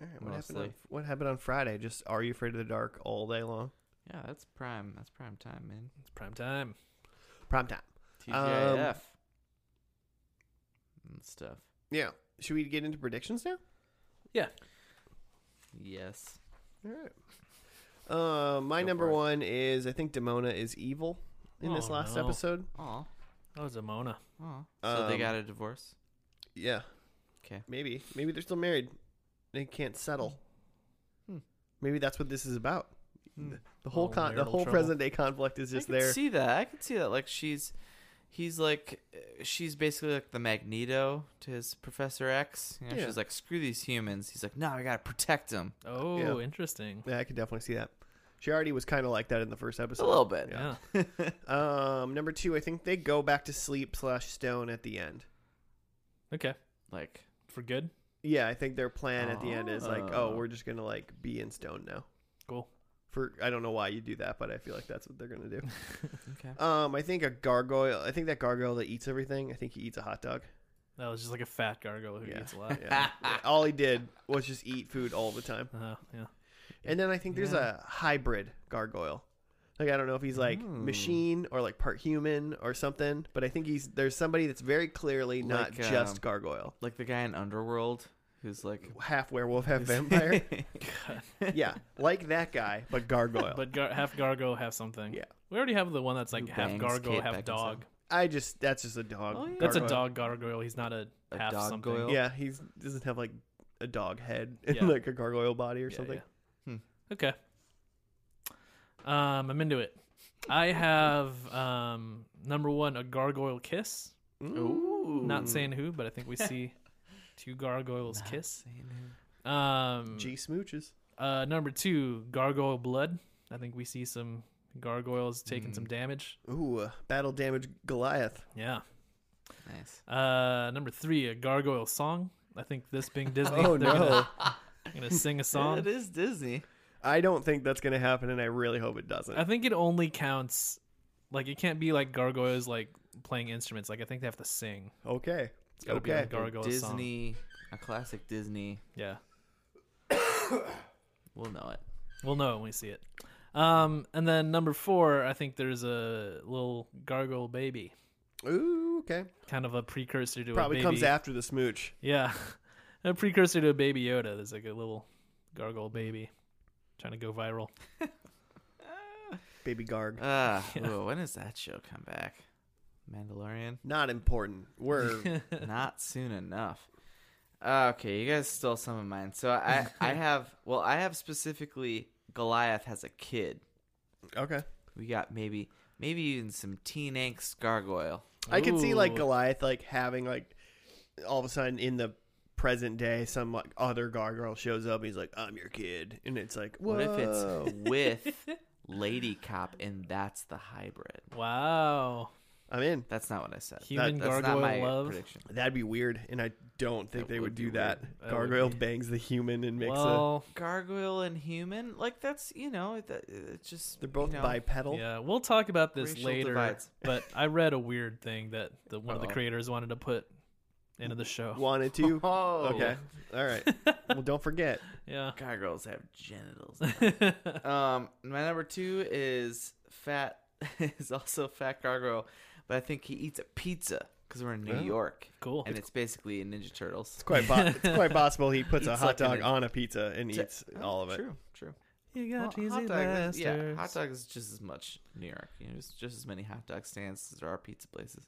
All right, what happened,
Mostly.
on, what happened on Friday? Just Are You Afraid of the Dark all day long?
Yeah, that's prime. That's prime time, man.
It's prime time.
Prime time.
TGIF. and stuff.
Yeah. Should we get into predictions now?
Yes.
All right. Uh, my
Go
number
for it.
one is I think Demona is evil in this
Oh,
last
no.
episode.
Aw.
Oh, it's a Mona.
Aw. So they
Um,
got a divorce.
Yeah.
'Kay.
Maybe. Maybe they're still married. They can't settle.
Hmm.
Maybe that's what this is about.
Hmm.
The whole
Oh,
con- the
marital
whole
trouble.
present day conflict is
I
just
can
there.
see that. I can see that. Like she's, he's like, uh, she's basically like the Magneto to his Professor X. You know,
Yeah.
She's like, screw these humans. He's like, no, I gotta protect them.
Oh,
Yeah.
interesting.
Yeah, I can definitely see that. She already was kind of like that in the first
A
episode.
little bit.
Yeah.
yeah.
Um, number two, I think they go back to sleep slash stone at the end.
Okay.
(laughs) Like,
For good.
Yeah, I think their plan at the end is like, oh,
Oh.
we're just gonna like be in stone now.
Cool.
For I don't know why you do that, but I feel like that's what they're gonna
(laughs)
do.
okay.
um, I think a gargoyle. I think that gargoyle that eats everything. I think he eats a hot
(laughs)
dog.
That was just like a fat gargoyle who
Yeah.
eats a lot.
(laughs) Yeah. all he did was just eat food all the time.
Uh, yeah.
And then I think there's
Yeah.
a hybrid gargoyle. Like I don't know if he's like
Ooh.
machine or like part human or something, but I think he's there's somebody that's very clearly not
Like, um,
just gargoyle.
Like the guy in Underworld who's like
Half werewolf,
(laughs)
half vampire. yeah, like that guy, but gargoyle.
But gar- half gargoyle, half something.
Yeah.
We already have the one that's like
Who
half
bangs
gargoyle,
Kate
half
Beckinsale?
dog.
I just that's just a dog.
Oh, yeah.
That's a
gargoyle.
dog gargoyle. He's not a,
A
half something.
doggoyle?
Yeah, he doesn't have like a dog head and
Yeah.
like a gargoyle body or
Yeah,
something.
yeah.
Hmm.
Okay. Um, I'm into it. I have um number one a gargoyle kiss.
Mm.
Ooh.
Not saying who, but
(laughs)
I think we see two gargoyles
Not
kiss.
saying who.
Um,
G smooches.
uh, number two gargoyle blood. I think we see some gargoyles taking
Mm.
some damage.
Ooh, uh, battle damage Goliath.
Yeah.
Nice.
Uh, number three, a gargoyle song. I think
(laughs)
this being Disney,
Oh
they're
no,
gonna, (laughs) gonna sing a
Yeah,
song.
It is Disney.
I don't think that's gonna happen, and I really hope it doesn't.
I think it only counts, like it can't be like gargoyles like playing instruments. Like I think they have to sing.
Okay.
It's gotta be
Okay.
like gargoyle song.
Disney, a classic Disney.
Yeah,
We'll know it.
we'll know when we see it. Um, and then number four, I think there's a little gargoyle baby,
Ooh, okay.
kind of a precursor to
Probably
a baby.
comes after the smooch.
Yeah, (laughs) a precursor to a baby Yoda. There's like a little gargoyle baby trying to go viral.
Baby Garg.
Ah,
(laughs) Yeah.
ooh, when does that show come back? Mandalorian?
Not important. We're
(laughs)
Not soon enough. Uh, okay, you guys stole some of mine. So I,
(laughs)
I have, well, I have specifically Goliath has a kid.
okay.
We got maybe, maybe even some teen angst gargoyle.
I could see like
Ooh.
Goliath like having like all of a sudden in the present day some like other gargoyle shows up and he's like I'm your kid and it's like Whoa. (laughs)
What if it's with Lady Cop and that's the hybrid?
Wow.
I'm in.
That's not what I said.
Human
That- that's
gargoyle
not my
love.
prediction.
That'd be weird and I don't think
That
they would,
would be
do that.
weird.
That would
gargoyle
be-
bangs the human and makes a
well,
Gargoyle and human, like that's you know, that, it's just
They're both
you know,
bipedal.
yeah, we'll talk about this (laughs)
Racial
later.
divides.
But I read a weird thing that the, one of the
Uh-oh.
creators wanted to put End of the show.
Wanted to?
(laughs) Oh.
Okay. All
(laughs)
right. Well, don't forget.
Yeah.
God, girls have
(laughs)
genitals. um, my number two is fat. (laughs) is also fat gargoyle, but I think he eats a pizza because we're in New
Oh.
York,
cool.
and it's basically Ninja Turtles.
It's quite po- it's
(laughs)
quite possible he puts a
Eats
hot
like an
dog
ad-
on a pizza and
It's-
eats all of it.
True, true.
You
Well,
got cheesy
hot dog is, yeah,
bastards.
hot dog is just as much New York. You know, there's just as many hot dog stands as there are pizza places.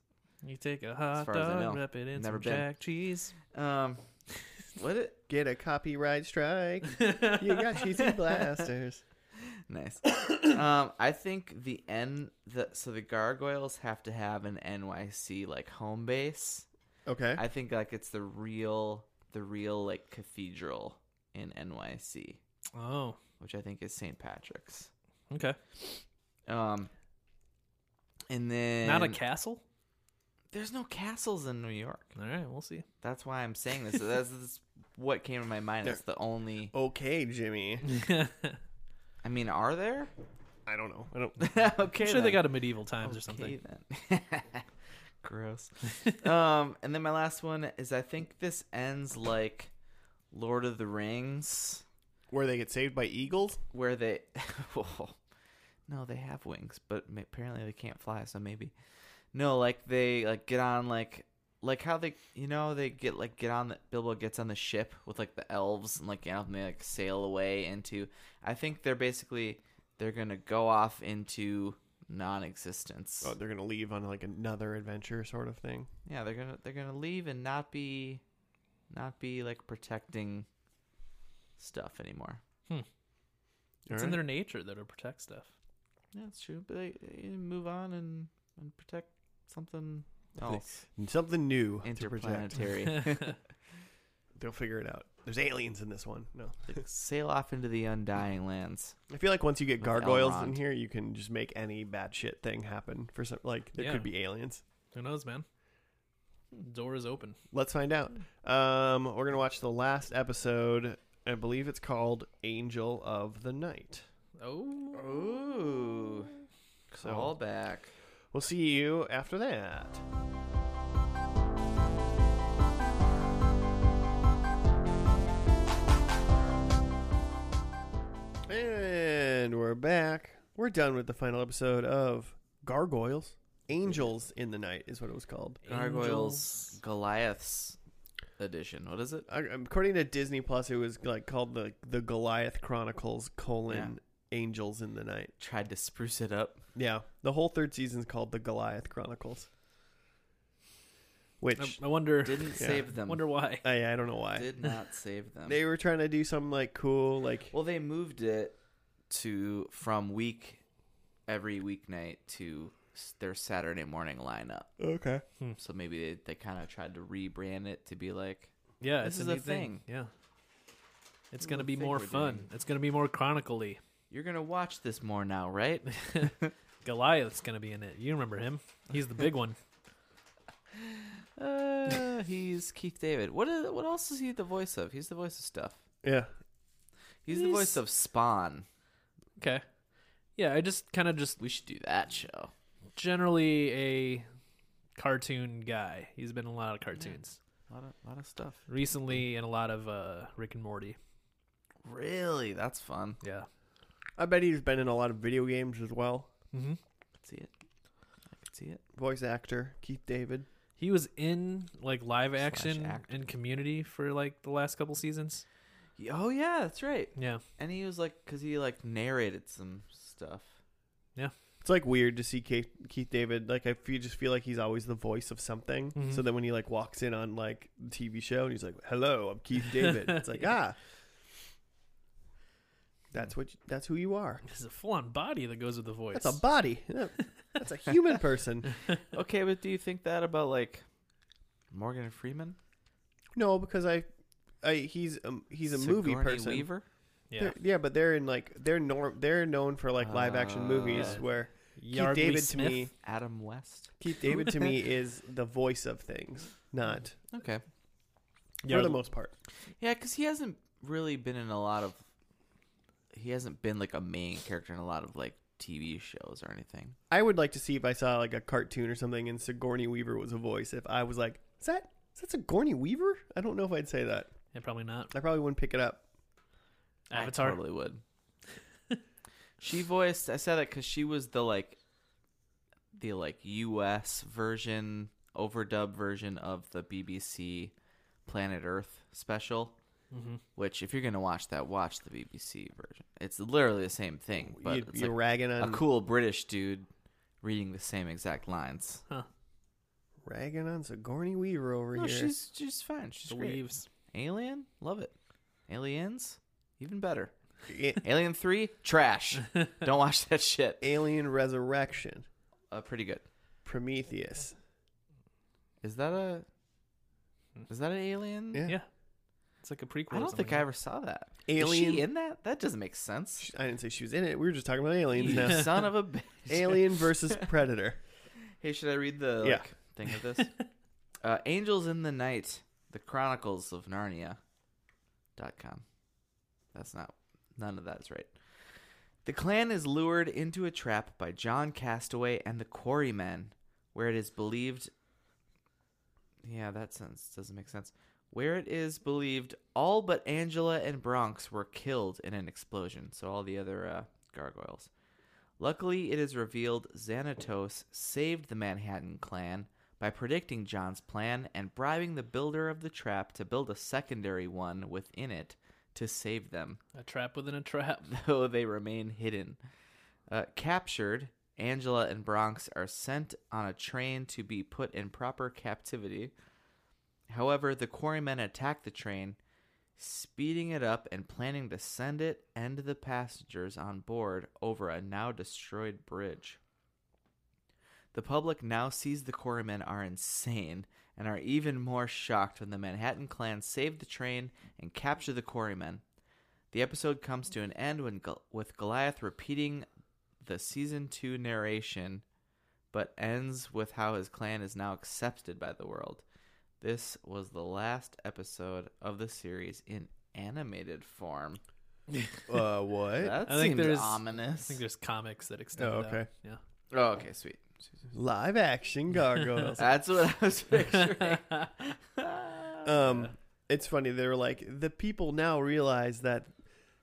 You take a hot
far as I
dog,
know.
wrap it in
Never
some
been.
jack cheese.
(laughs)
Um, what it?
Get a copyright
(laughs)
strike. You got cheesy blasters. (coughs)
Nice. um, I think the N the so the gargoyles have to have an NYC like home base.
Okay.
I think like it's the real the real like cathedral in NYC,
Oh,
which I think is St. Patrick's.
okay.
Um, and then
Not a castle.
There's no castles in New York.
All right, we'll
(laughs)
see.
That's why I'm saying this. That's, that's what came to my mind. It's the only.
Oh.
Okay, Jimmy.
(laughs)
I mean, are there? (laughs)
I don't know. I don't.
okay.
I'm sure they
then.
got a medieval times or something.
Okay, Then. (laughs) Gross. um, and then my last one is I think this ends like Lord of the Rings,
(laughs) Where they get saved by eagles?
where they. (laughs) Whoa. no, they have wings, but ma- apparently they can't fly, so maybe. No, like they like get on like like how they you know they get like get on the Bilbo gets on the ship with like the elves and like you know, and they like sail away into. I think they're basically they're gonna go off into non-existence.
Oh, they're gonna leave on like another adventure sort of thing.
Yeah, they're gonna they're gonna leave and not be, not be like protecting stuff anymore.
All
It's in
right.
their nature that it protect
(laughs)
stuff.
Yeah, that's true. But they, they move on and and protect something else
Something new. to protect.
(laughs)
interplanetary.
They'll figure it out. There's aliens in this one. No.
They (laughs) sail off into the (laughs) undying lands.
I feel like once you get
With
gargoyles in
Elrond.
here, you can just make any bad shit thing happen. For some, like there
Yeah.
could be aliens.
Who knows, man? Door is open.
Let's find out. Um, we're gonna watch the last episode. I believe it's called Angel of the Night.
Oh.
Ooh,
So
all back.
we'll see you after that. And we're back. We're done with the final episode of Gargoyles. Angels in the Night is what it was called.
Gargoyles, Goliath's edition. What is it?
I- According to Disney Plus, it was like called the the Goliath Chronicles colon Angels in the Night.
Tried to spruce it up.
Yeah, the whole third season is called the Goliath Chronicles.
I,
Which
I wonder.
(laughs) Didn't
Yeah.
save them.
wonder why.
Oh, I I don't know why
Did not save them.
they were trying to do some like cool like
Well, they moved it to from week every weeknight to s- their Saturday morning lineup.
okay
So maybe they, they kind of tried to rebrand it to be like
Yeah,
This
it's
is
a
a
new thing.
thing.
Yeah. It's
Who
gonna
would
be
think
more
we're
fun.
doing-
It's gonna be more chronically.
you're gonna watch this more now, right?
Goliath's gonna be in it. You remember him? He's the big one.
uh, (laughs) he's Keith David. What is, what else is he the voice of? He's the voice of stuff.
yeah
He's, the voice
He's-
of Spawn.
Okay. Yeah, I just kind of just
We should do that show.
generally a cartoon guy. He's been in a lot of cartoons
A lot of, lot of stuff.
recently, and a lot of uh, Rick and Morty.
Really, that's fun.
Yeah.
I bet he's been in a lot of video games as well.
Mm-hmm.
I could see it. I could see it.
Voice actor Keith David.
He was in like live
Slash
action
actor.
and Community for like the last couple seasons.
Y- Oh yeah, that's right.
Yeah.
And he was like, because he like narrated some stuff.
It's like weird to see Keith, Keith David. Like I feel, just feel like he's always the voice of something.
Mhm.
So then when he like walks in on like the TV show and he's like, "Hello, I'm Keith David." it's like ah, that's what you, that's who you are.
There's a full-on body that goes with the voice.
That's a body. Yeah, That's a human person.
Okay, but do you think that about like Morgan Freeman?
No, because I, I he's um, he's a movie
Sigourney
person.
Weaver.
yeah.
They're- yeah, but they're in like they're norm they're known for like live action
Uh,
movies
Yeah.
where
Yardley
Keith David
Smith.
to me
Adam West.
Keith David to
(laughs)
me is the voice of things, not
Okay.
for
Yard-
the most part.
Yeah, because he hasn't really been in a lot of. He hasn't been like a main character in a lot of like TV shows or anything.
I would like to see if I saw like a cartoon or something and Sigourney Weaver was a voice. If I was like, is that Is that Sigourney Weaver? I don't know if I'd say that.
Yeah, probably not.
I probably wouldn't pick it up.
Avatar.
I totally would. (laughs) she voiced. I said it because she was the like, the like U.S. version, overdub version of the BBC Planet Earth special.
Mm-hmm.
Mhm.
Which, if you're gonna watch that, watch the BBC version. It's literally the same thing, but
you,
it's
you're
like
ragging
a
on
cool British dude reading the same exact lines.
ragging on Sigourney Weaver over
No,
here.
she's she's fine. She's
The
great.
leaves.
Alien, love it. Aliens, even better.
A-
Alien Three, (laughs) trash. Don't watch that shit.
Alien Resurrection,
Uh, pretty good.
Prometheus.
Is that a is that an alien?
Yeah.
Yeah. It's like a prequel.
I
or
don't think
something.
I ever saw that.
Alien.
Is she in that? That doesn't make sense.
Sh- I didn't say she was in it. We were just talking about aliens
You
now. (laughs)
son of a bitch.
Alien versus Predator.
Hey, should I read the like,
Yeah.
thing of this? uh, Angels in the Night: The Chronicles of Narnia. Dot com. That's not. None of that is right. The clan is lured into a trap by John Castaway and the Quarrymen, where it is believed. Yeah, that sense doesn't make sense. Where it is believed all but Angela and Bronx were killed in an explosion. So all the other uh, gargoyles. Luckily, it is revealed Xanatos saved the Manhattan clan by predicting John's plan and bribing the builder of the trap to build a secondary one within it to save them,
A trap within a (laughs) trap.
(laughs) though they remain hidden. Uh, captured, Angela and Bronx are sent on a train to be put in proper captivity. However, the quarrymen attack the train, speeding it up and planning to send it and the passengers on board over a now destroyed bridge. The public now sees the quarrymen are insane and are even more shocked when the Manhattan clan save the train and capture the quarrymen. The episode comes to an end when Gol- with Goliath repeating the season 2 narration but ends with how his clan is now accepted by the world. This was the last episode of the series in animated form.
Uh, what?
That
I think
seems
there's- I
ominous.
think there's comics that extend.
Oh,
it out.
okay.
Yeah.
(laughs) oh, okay, sweet.
Live action (laughs) gargoyles.
That's
(laughs)
what I was picturing.
Um, it's funny. They were like the people now realize that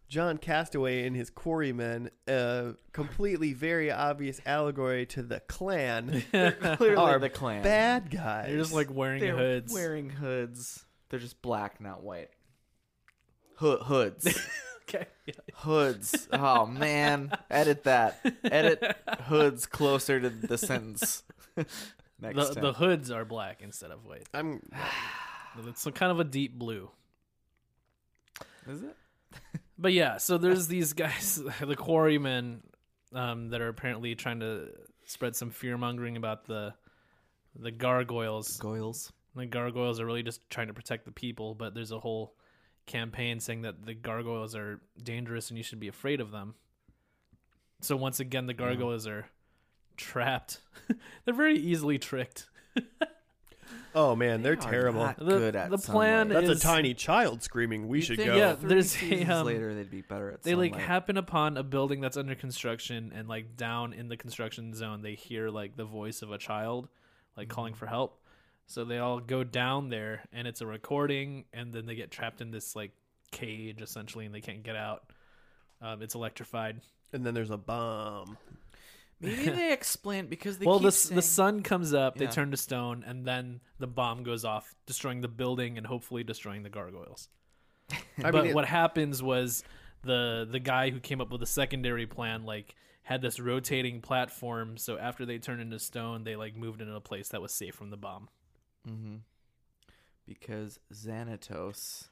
John Castaway and his quarrymen, uh, completely very obvious allegory to the (laughs) Klan,
Clearly
are
the clan.
bad guys.
They're just like wearing
They're
hoods.
wearing hoods. They're just black, not white. Hood, hoods.
(laughs)
(laughs)
Okay. Yeah.
hoods. Oh, man. Edit that. Edit hoods closer to the sentence. (laughs) Next
The,
time.
the hoods are black instead of white.
I'm
It's some kind of a deep blue.
Is it?
But yeah, so there's these (laughs) guys, the quarrymen, um, that are apparently trying to spread some fear mongering about the the gargoyles.
Goyles.
the gargoyles are really just trying to protect the people, but there's a whole campaign saying that the gargoyles are dangerous and you should be afraid of them. So once again, the gargoyles are trapped. (laughs) They're very easily tricked.
Oh man, they're terrible.
Not
The-
good at
the plan
sunlight.
That's a
is-
tiny child screaming. We should
You'd
go.
think
Yeah,
three
there's a,
seasons
um,
later they'd be better at
They like
sunlight.
happen upon a building that's under construction, and like down in the construction zone, they hear like the voice of a child, like calling for help. So they all go down there, and it's a recording, and then they get trapped in this like cage essentially, and they can't get out. Um, it's electrified.
And then there's a bomb.
(laughs)
Maybe they explain because they
well,
keep
the s
saying,
the sun comes up,
Yeah.
they turn to stone, and then the bomb goes off, destroying the building and hopefully destroying the gargoyles.
I
but
mean, it-
what happens was the the guy who came up with the secondary plan like had this rotating platform, so after they turned into stone, they like moved into a place that was safe from the bomb.
Mhm. because Xanatos,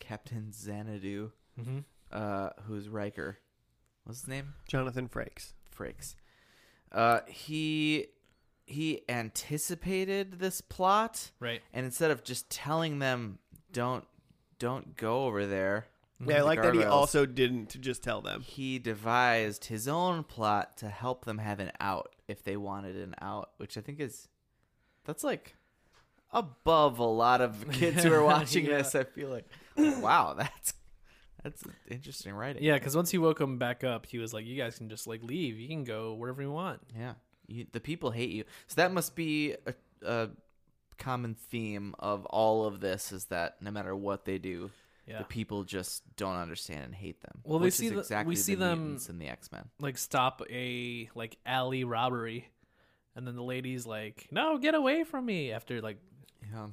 Captain Xanadu,
Mm-hmm.
uh, who's Riker, what's his name?
Jonathan Frakes.
Frakes. Uh, he he anticipated this plot,
Right.
and instead of just telling them don't don't go over there,
Yeah, I
The
like that he
gargoyles.
also didn't just tell them.
he devised his own plot to help them have an out if they wanted an out, which I think is that's like above a lot of kids who are watching
Yeah.
this. I feel like, like, wow, that's that's interesting writing.
Yeah, because once he woke him back up, he was like, "You guys can just like leave. You can go wherever you want."
yeah. You, the people hate you, so that must be a, a common theme of all of this is that no matter what they do,
Yeah.
the people just don't understand and hate them.
Well, we
which
see
is
the- we
exactly
see
the
them-
mutants in the X Men.
like stop a like alley robbery and then the lady's like no get away from me after like
Yeah.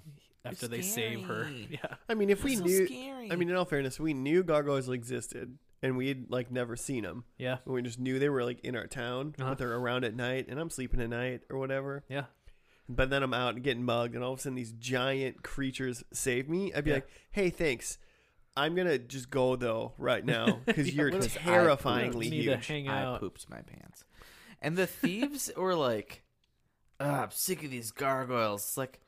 after
It's
they save her
scary.
(laughs) yeah
I mean, if we
so
knew,
scary.
I mean, in all fairness, we knew gargoyles existed, and we'd like never seen them.
yeah
We just knew they were like in our town,
Uh-huh.
but they're around at night, and I'm sleeping at night or whatever.
yeah
But then I'm out and getting mugged, and all of a sudden these giant creatures save me. I'd be
Yeah.
like, "Hey, thanks. I'm gonna just go though
(laughs)
right now because
Yeah,
you're
what
if I
terrifyingly
need to
huge."
hang
I
out
pooped my pants. And the thieves (laughs) were like, "Ah, I'm sick of these gargoyles. It's like,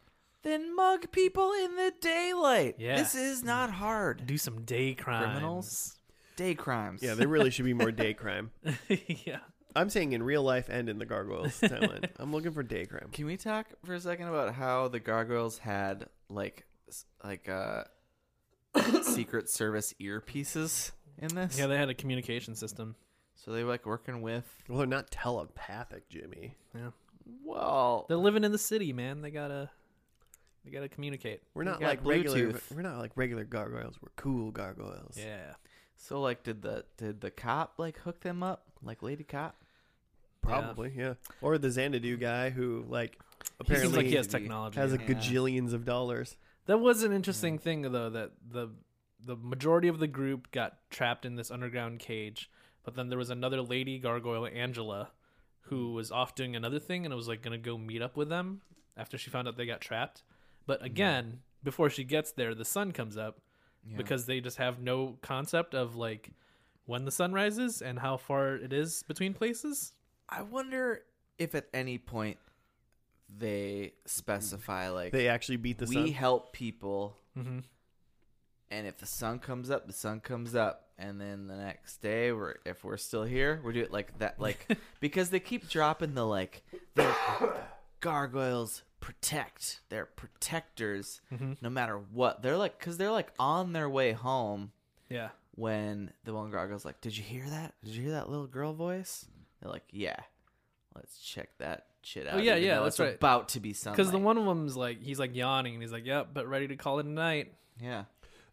then mug people in the daylight.
Yeah.
This is not hard.
do some day crimes
Criminals? Day crimes.
Yeah, there really should be more
(laughs)
day crime.
yeah
I'm saying in real life and in the gargoyles timeline. I'm looking for day
(laughs)
crime.
Can we talk for a second about how the gargoyles had like s- like
(coughs)
uh secret service earpieces in this?
yeah they had a communication system
so they were like working with
Well, they're not telepathic, Jimmy.
well
they're living in the city man they gotta they gotta communicate
We're
You
not
got
like regular.
Bluetooth.
We're not like regular gargoyles. We're cool gargoyles.
yeah
so like did the did the cop like hook them up? Like Lady Cop?
Probably, yeah. Or the Xanadu guy who like
Mm. he seems like
apparently
he has
Apparently-
technology
has
yeah.
a
Yeah.
gajillions of dollars.
That was an interesting thing, though, that the the majority of the group got trapped in this underground cage, but then there was another lady gargoyle, Angela, who was off doing another thing and was like gonna go meet up with them after she found out they got trapped. But again, before she gets there, the sun comes up
Yeah.
because they just have no concept of like when the sun rises and how far it is between places.
I wonder if at any point they specify like
They actually beat the
we
sun.
help people
Mm-hmm.
and if the sun comes up, the sun comes up, and then the next day, we're if we're still here, we're doing like
(laughs)
that, like because they keep dropping the like the gargoyles protect. They're protectors,
Mm-hmm.
no matter what. They're like because they're like on their way home
Yeah,
when the one gargoyle's like, "Did you hear that? Did you hear that little girl voice?" They're like, "Yeah, let's check that shit out."
Oh, yeah,
even
yeah,
though
that's
it's
right.
About to be sunlight.
because the one of them's like he's like yawning and he's like, "Yep, but ready to call it a night."
yeah,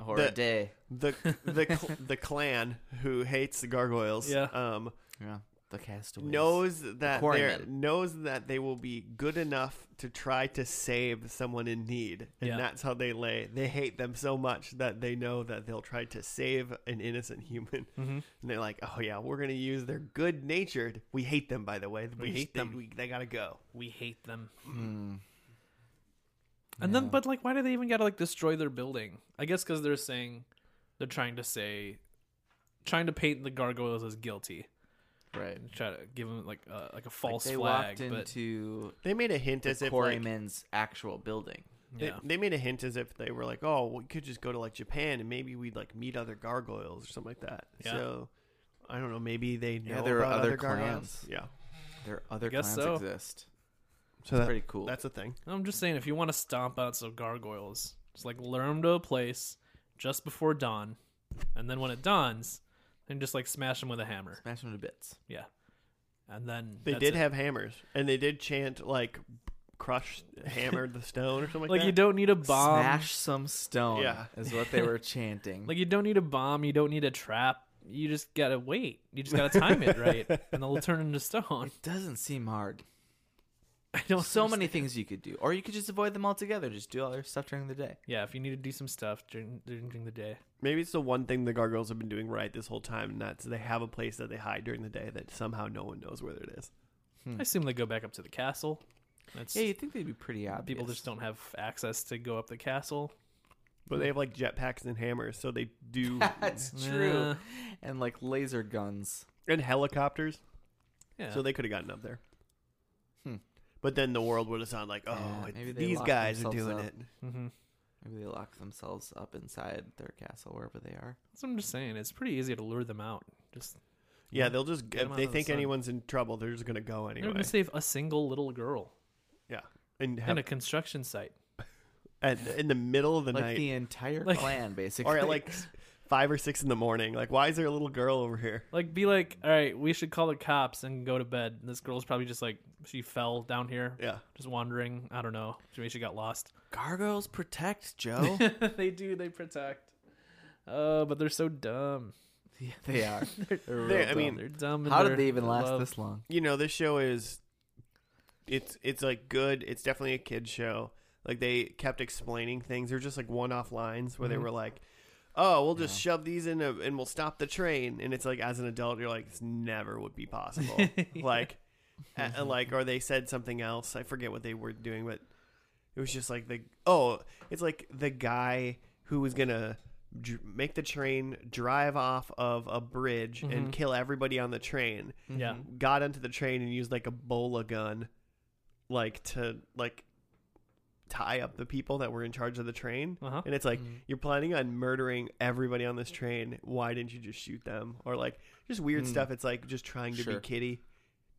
or a
The-
day,
(laughs)
the the cl- the clan who hates the gargoyles
Yeah.
um
yeah, the castaways.
knows that they
quarrymen.
knows that they will be good enough to try to save someone in need and
Yeah.
that's how they lay they hate them so much that they know that they'll try to save an innocent human (laughs) and they're like oh yeah we're gonna use their good natured we hate them by the way we,
hate
they-
them.
we, they gotta go
We hate them.
Mm.
And then, but like, why do they even gotta like destroy their building? I guess because they're saying they're trying to say, trying to paint the gargoyles as guilty,
right.
try to give them like a like a false
they
flag.
walked
but
into
they made a hint as if like,
quarryman's actual building.
They,
yeah,
they made a hint as if they were like, oh, we could just go to like Japan and maybe we'd like meet other gargoyles or something like that.
Yeah.
So I don't know. Maybe they know
there are
about
other
other, gargoyles.
clans.
Yeah.
There other
Guess
clans
so.
exist.
So
It's
that-
pretty cool.
That's a thing.
I'm just saying, if you want to stomp out some gargoyles, just like lure them to a place just before dawn, and then when it dawns, then just like smash them with a hammer.
Smash them to bits.
Yeah, and then
They
that's
did
it.
have hammers and they did chant like crush, hammer the stone or something like,
like
that.
you don't need a bomb.
Smash some stone
Yeah.
is
(laughs)
what they were chanting.
Like you don't need a bomb, you don't need a trap. You just gotta wait. You just gotta time it right, and they'll turn into stone.
it doesn't
(laughs)
seem hard. (laughs)
I don't.
So
understand.
many things you could do. Or you could just avoid them altogether. Just do all your stuff during the day.
Yeah, if you need to do some stuff during during, during the day.
Maybe it's the one thing the gargoyles have been doing right this whole time, and that's they have a place that they hide during the day that somehow no one knows where it is.
I assume they go back up to the castle. That's
Hmm. Yeah, you'd think they'd be pretty obvious.
people
(laughs)
just don't have access to go up the castle.
But they have like jetpacks and hammers, so they
(laughs)
do.
That's true.
Yeah.
And like laser guns.
and helicopters.
Yeah.
So they could have gotten up there.
Hmm.
But then the world would have sounded like, oh,
Yeah,
it's-
maybe they
these
locked
guys are
themselves
doing
up.
it.
mm-hmm.
Maybe they lock themselves up inside their castle wherever they are.
That's what I'm just saying. It's pretty easy to lure them out. Just
Yeah, they'll just,
Get 'em
if
out
they
of the
think
sun.
anyone's in trouble, they're just going to go
they're
anyway.
gonna save a single little girl
yeah. And
in
have,
a construction site.
at, in the middle of the
Like
night.
the entire
Like- (laughs)
clan, basically.
or at like five or six in the morning. Like, why is there a little girl over here?
Like, be like, all right, we should call the cops and go to bed. And this girl's probably just like, she fell down here,
Yeah.
just wandering. I don't know. Maybe she got lost. (laughs)
Gargoyles protect Joe.
they do. They protect. Oh, but they're so dumb.
yeah, (laughs) they (laughs) are. They're
They-
real
I mean,
dumb.
They're dumb. and
how
they're
did they even
in
last
love.
this long?
You know, this show is it's it's like good. It's definitely a kid show. Like they kept explaining things. They're just like one-off lines where they
Mhm.
were like, "Oh, we'll just shove these in a, and we'll stop the train." And it's like as an adult, you're like, "This never would be possible." Like a- and, like or they said something else. I forget what they were doing, but it was just like the oh, it's like the guy who was going to dr- make the train drive off of a bridge and kill everybody on the train
Mm-hmm.
Yeah.
got into the train and used like a bola gun like to like tie up the people that were in charge of the train
Uh-huh.
and it's like
Mm.
you're planning on murdering everybody on this train why didn't you just shoot them or like just weird stuff it's like just trying to
Hmm. Sure.
be kitty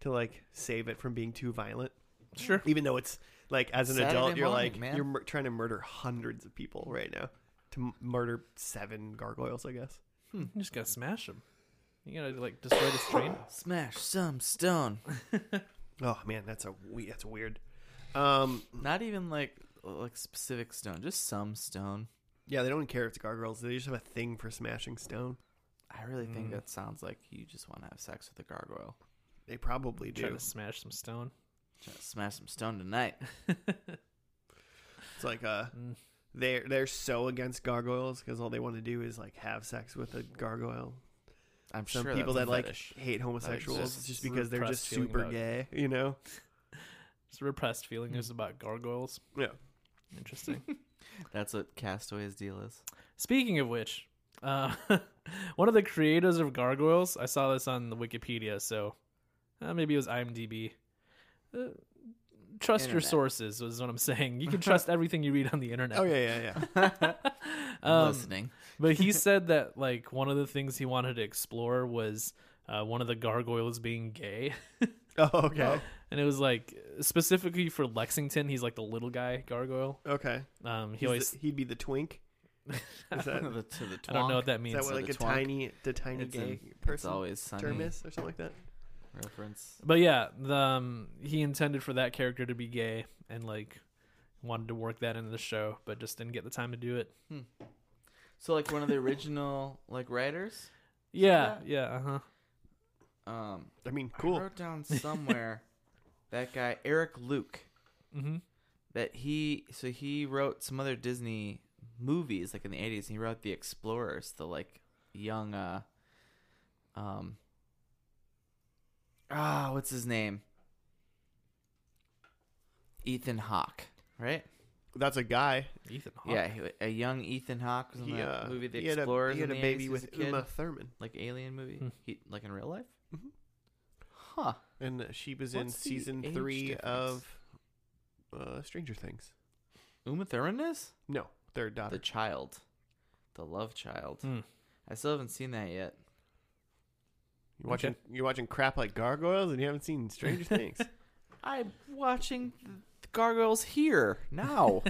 to like save it from being too violent
Sure.
even though it's like as an
Saturday
adult you're
morning,
like
man.
you're mur- trying to murder hundreds of people right now to m- murder seven gargoyles i guess
You Hmm. just gotta smash them. You gotta like destroy this train.
Smash some stone.
oh man that's a we- that's weird um
Not even like like specific stone, just some stone.
Yeah, they don't care if it's gargoyles. They just have a thing for smashing stone.
I really think that sounds like you just want to have sex with a gargoyle.
They probably
Try
do.
to smash some stone.
Trying to smash some stone tonight.
It's like uh,
Mm.
they're they're so against gargoyles because all they want to do is like have sex with a gargoyle.
(laughs) I'm
Some
sure
people
that's
that
a
like
fetish.
hate homosexuals
That
just, because they're
repressed
just
feeling
super
about-
gay. You know?
It's a repressed feeling is about gargoyles.
Yeah.
Interesting.
(laughs)
(laughs)
that's what Castaway's deal (laughs) is.
Speaking of which, uh, (laughs) one of the creators of gargoyles, I saw this on the Wikipedia, so uh, maybe it was IMDb. Uh, trust your
Internet.
sources is what I'm saying. You
(laughs)
can trust everything you read on the internet.
Oh yeah, yeah, yeah. (laughs)
I'm
Um,
(laughs) listening.
but he said that like one of the things he wanted to explore was uh, one of the gargoyles being gay.
oh okay,
and it was like specifically for Lexington, he's like the little guy gargoyle.
okay.
Um, he
He's
always
the- he'd be the twink.
(laughs)
Is that,
The- to the
I don't know
twonk.
what that
is
means.
that what
so
like
the
a
twonk.
tiny, the tiny
It's
gay
in- It's
person
always sunny
term is or something like that?
reference.
But yeah, the, um, he intended for that character to be gay and like wanted to work that into the show, but just didn't get the time to do it.
So like one of the original like writers.
Yeah,
that?
yeah, uh huh.
Um,
I mean,
I
cool. (laughs)
wrote down somewhere that guy Eric Luke
Mm-hmm.
that he so he wrote some other Disney movies like in the eighties. He wrote The Explorers, the like young uh um ah what's his name Ethan Hawke, right?
That's a guy.
Ethan Hawke.
Yeah, he, a young Ethan Hawke was in
He,
that
uh,
movie The
he had a,
Explorers.
he had
in
a
the
baby
80s as
with
a kid,
Uma Thurman.
like Alien movie.
Hmm.
He like in real life.
Mhm.
Huh.
And she was in
What's the
season
age
three
difference?
of uh, Stranger Things.
Uma Thurman is
No, their
the
daughter.
child, the love child.
Hmm.
I still haven't seen that yet.
You're watching you're watching crap like gargoyles, and you haven't seen
(laughs)
Stranger Things.
I'm watching the gargoyles here (laughs) now.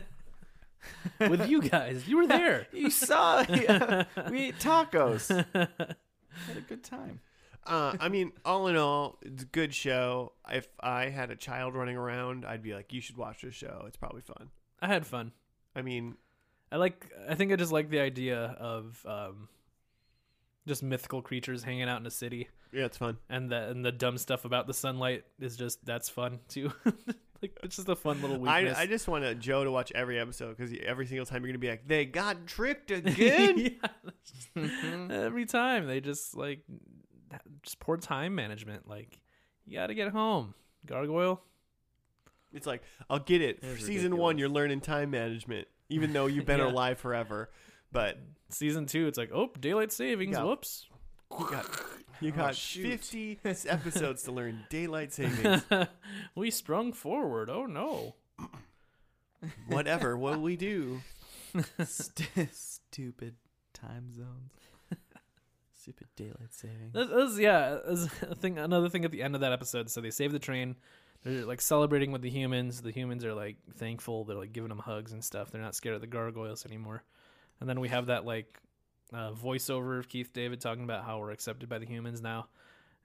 With you guys, you were there.
you saw (laughs) we ate tacos. Had a good time.
Uh, I mean, all in all, it's a good show. If I had a child running around, I'd be like, "You should watch this show. It's probably fun."
(laughs) I had fun.
I mean,
I like. I think I just like the idea of um, just mythical creatures hanging out in a city,
yeah, it's fun.
and the and the dumb stuff about the sunlight is just that's fun too. (laughs) like it's just a fun little
I,
weakness. (laughs)
I just want a Joe to watch every episode because every single time you're gonna be like, "They got tricked again."
yeah.
Mm-hmm.
Every time they just like that- just poor time management. Like you got to get home, gargoyle.
it's like, I'll get it.
It is
Season one,
ridiculous.
you're learning time management, even though you've been
Yeah.
alive forever. But
Season two, it's like oh daylight savings.
Yeah.
Whoops.
you got you
Oh,
got
shoot.
(laughs) 50 episodes to learn daylight savings.
(laughs) we sprung forward. Oh no.
Whatever, what will we do?
St- stupid time zones. Stupid daylight saving.
This, this- yeah, this (laughs) a thing. Another thing at the end of that episode. So they save the train. They're like celebrating with the humans. The humans are like thankful. They're like giving them hugs and stuff. They're not scared of the gargoyles anymore. And then we have that like uh, voiceover of Keith David talking about how we're accepted by the humans now,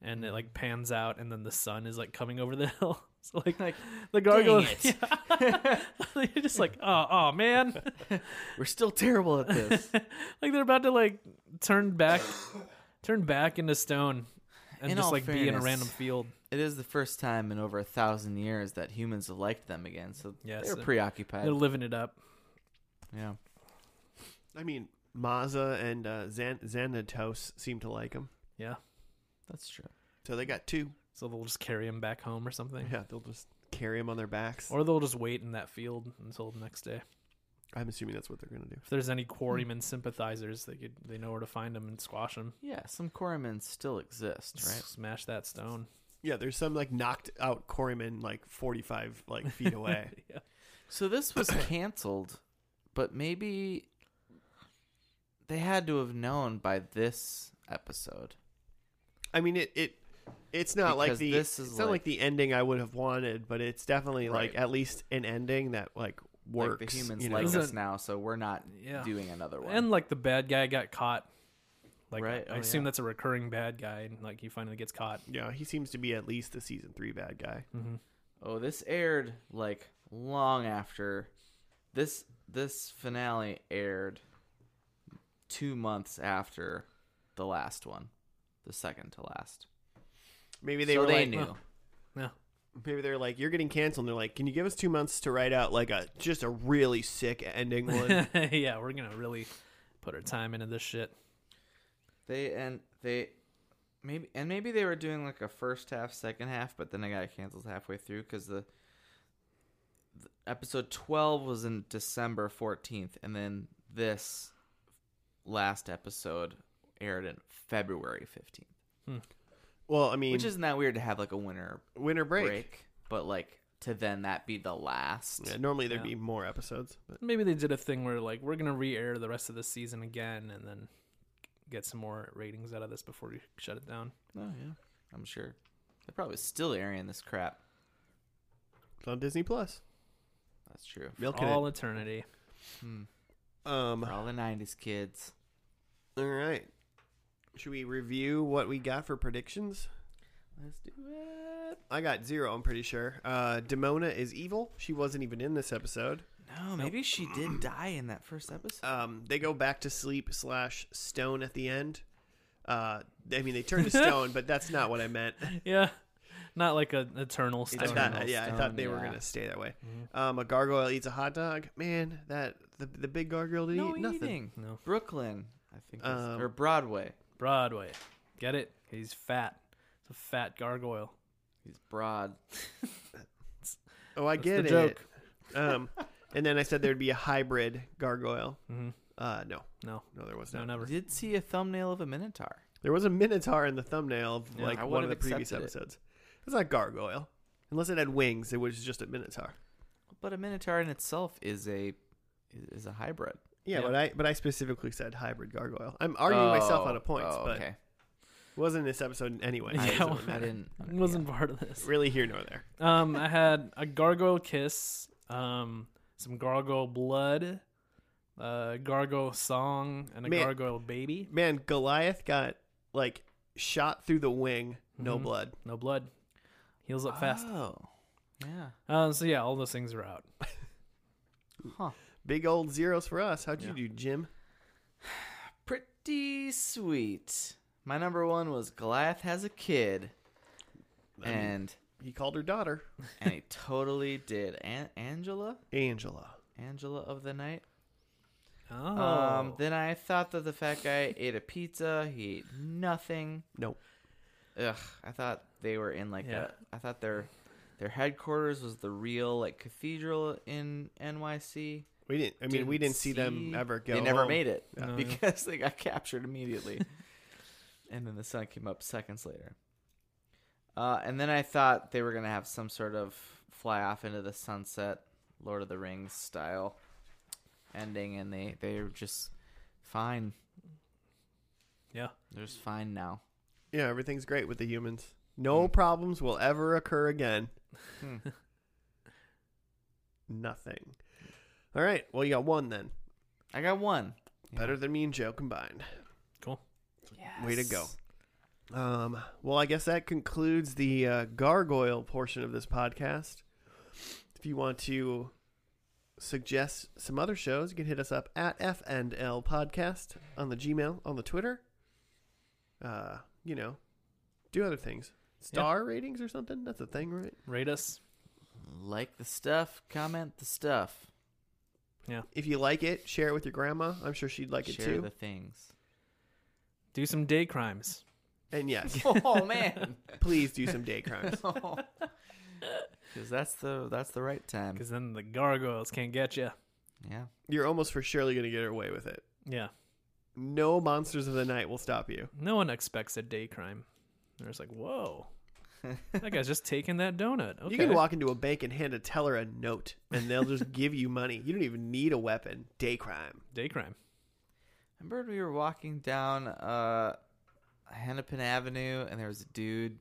and it like pans out, and then the sun is like coming over the (laughs) hill. So like,
Like,
the gargoyle,
"Dang it."
(laughs) Yeah. you're just like, oh, oh man, (laughs)
We're still terrible at this.
like they're about to like turn back, turn back into stone, and
In
just
all
like be in a
fairness,
random field.
(laughs) it is the first time in over a thousand years that humans have liked them again, so
Yes,
they're
uh,
preoccupied.
They're living it up.
yeah.
I mean, Mazza and uh, Xan- Xanatos seem to like him,
Yeah.
That's true.
so they got two.
So they'll just carry him back home or something.
Yeah, they'll just carry him on their backs.
Or they'll just wait in that field until the next day.
I'm assuming that's what they're gonna do.
If there's any quarryman sympathizers, they could they know where to find him and squash him.
Yeah, some Corymans still exist, right?
Smash that stone.
Yeah, there's some like knocked out quarryman like 45 like feet (laughs) away.
yeah.
So
(coughs)
this was canceled, but maybe they had to have known by this episode.
I mean, it it it's not like
Because
the
this is
it's not like
like-
the ending I would have wanted, but it's definitely like
Right.
at least an ending that like works.
like the humans
you know?
like
Isn't-
us now, so we're not
Yeah.
doing another one.
And like the bad guy got caught. Like
Right,
I,
oh,
assume
yeah.
that's a recurring bad guy and like he finally gets caught.
yeah, he seems to be at least the season three bad guy.
oh, this aired like long after this this finale aired 2 months after the last one, the second to last.
Maybe they
so
were
they
like,
knew.
Yeah.
maybe they're like, you're getting canceled. And they're like, can you give us two months to write out like a just a really sick ending
(laughs)
one?
yeah, we're gonna really put our time into this shit.
They and they maybe and maybe they were doing like a first half, second half, but then I got canceled halfway through because the, the episode twelve was in December fourteenth, and then this last episode aired in February fifteenth,
well, I mean,
which isn't that weird to have like a winter
winter break.
break, but like to then that be the last.
Yeah, normally there'd
Yeah.
be more episodes, but
Maybe they did a thing where like we're gonna re-air the rest of this season again and then get some more ratings out of this before we shut it down.
Oh yeah, I'm sure they're probably still airing this crap.
it's on Disney Plus.
That's true.
Milk
All eternity. (laughs)
(sighs)
Hmm.
it. Um,
For all the '90s kids.
all right. Should we review what we got for predictions?
Let's do it.
I got zero. I'm pretty sure. Uh, Demona is evil. She wasn't even in this episode.
No, maybe she did die in that first episode.
Um, they go back to sleep slash stone at the end. Uh, I mean, they turn
(laughs)
to stone, but that's not what I meant.
Yeah. Not like an eternal
I
stone.
thought, yeah, I
stone,
thought they were
yeah. Mm-hmm.
gonna stay that way. Um, a gargoyle eats a hot dog. Man, that the the big gargoyle did
No
eat nothing.
eating.
No.
Brooklyn, I think, it's,
Um,
or Broadway.
Broadway. Get it? He's fat. It's a fat gargoyle.
He's broad.
Oh, I
That's
get
the
it.
joke.
(laughs)
Um, and then I said there'd be a hybrid gargoyle.
Mhm.
Uh, no,
No.
no, there was
No,
not.
I
never.
did see a thumbnail of a minotaur.
There was a minotaur in the thumbnail of
Yeah,
like
I
one of
would've
the previous
accepted it.
episodes. It's not gargoyle, unless it had wings. It was just a minotaur.
But a minotaur in itself is a is a hybrid.
Yeah,
Yeah.
but I but I specifically said hybrid gargoyle. I'm arguing myself
Oh,
out of points,
oh,
but (laughs)
okay.
it wasn't in this episode
(laughs)
anyway.
Yeah,
so it doesn't
well,
I
matter. (laughs)
didn't. I didn't-
Wasn't part of this.
really here nor there.
Um, I had a gargoyle kiss, um, some gargoyle blood, a gargoyle song, and a
Man.
gargoyle baby.
Man, Goliath got like shot through the wing, no
Mm-hmm.
Mhm.
blood.
No blood. Heals up
yeah.
fast.
Oh, yeah.
Ah.
Um, so yeah, all those things are out.
Huh.
Big old zeros for us. How'd you do, Jim?
Pretty sweet. My number one was Goliath has a kid,
I mean,
and
he called her daughter
and he totally did. An- Angela,
Angela.
Angela of the night.
Oh.
Um, then I thought that the fat
(laughs)
guy ate a pizza. He ate nothing.
Nope.
Ugh. I thought they were in like
Yeah.
a. I thought their their headquarters was the real like cathedral in NYC.
We didn't. I mean, we didn't see, them ever go.
They never
home.
made it
No.
because (laughs) they got captured immediately, (laughs) and then the sun came up seconds later. Uh, and then I thought they were gonna have some sort of fly off into the sunset, Lord of the Rings style ending, and they they were just fine.
yeah.
They're just fine now.
Yeah, everything's great with the humans. No problems will ever occur again.
Mm.
(laughs)
Hmm.
Nothing. All right. Well, you got one then.
I got one.
Better than me and Joe combined.
Cool.
Way to go. Um, well, I guess that concludes the uh, gargoyle portion of this podcast. If you want to suggest some other shows, you can hit us up at FNL Podcast on the Gmail, on the Twitter. Uh, you know, do other things. Star ratings or something? That's a thing, right?
Rate us.
Like the stuff, comment the stuff,
If you like it, share it with your grandma. I'm sure she'd like it
share
too.
the (laughs) things.
Do some day crimes.
And yes,
(laughs) oh
(laughs)
man,
please do some day
(laughs)
crimes.
because that's the that's the
(laughs)
right time.
Because then the gargoyles can't get you.
Yeah,
You're almost for surely going to get away with it.
Yeah.
No monsters of the night will stop you.
No one expects a day crime. They're just like,
(laughs)
whoa. that guy's just taking that donut. Okay.
You can walk into a bank and hand a teller a note, and they'll just give you money. You don't even need a weapon. Day crime.
Day crime.
I remember we were walking down uh, Hennepin Avenue, and there was a dude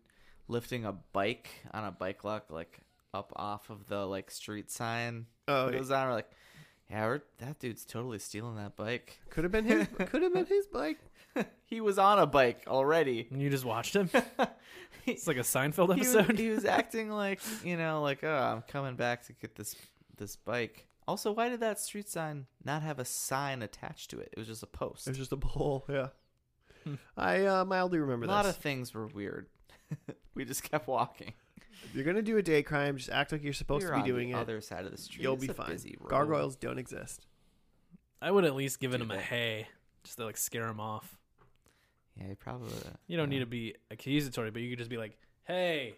lifting a bike on a bike lock, like up off of the like street sign.
Oh,
it
yeah.
goes on. We're like, yeah, we're, that dude's totally stealing that bike.
Could have been his. could have been his bike.
He was on a bike already. (laughs)
And you just watched him? it's like a
(laughs)
Seinfeld
He was,
episode.
he was acting like you know, like oh, I'm coming back to get this this bike. Also, why did that street sign not have a sign attached to it? It was just a post.
It was just a pole. Yeah. I uh, mildly remember
a lot
this.
of things were weird. (laughs) we just kept walking.
You're gonna do a day crime. Just act like you're supposed
We're
to
on
be doing
the
it.
other side of the street.
You'll
It's
be
a
fine.
busy road.
Gargoyles don't exist.
I would at least give
Do
him a
that.
hey, just to like scare him off.
Yeah, you probably.
You don't need to be accusatory, but you could just be like, hey.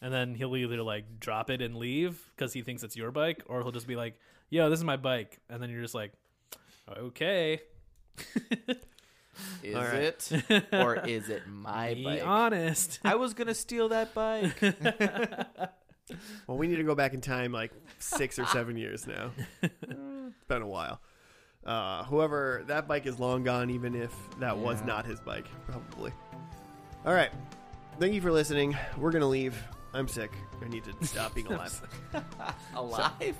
And then he'll either like drop it and leave because he thinks it's your bike, or he'll just be like, yo, this is my bike. And then you're just like, okay.
Is
All right.
(laughs)
it or is it my
be
bike? (laughs)
honest.
I was gonna steal that bike.
(laughs)
Well, we need to go back in time like six or seven years
(laughs)
now. It's been a while. Uh, whoever that bike is long gone, even if that was
Yeah.
not his bike, probably. All right. Thank you for listening. We're gonna leave. I'm sick. I need to stop
(laughs)
being alive.
Alive?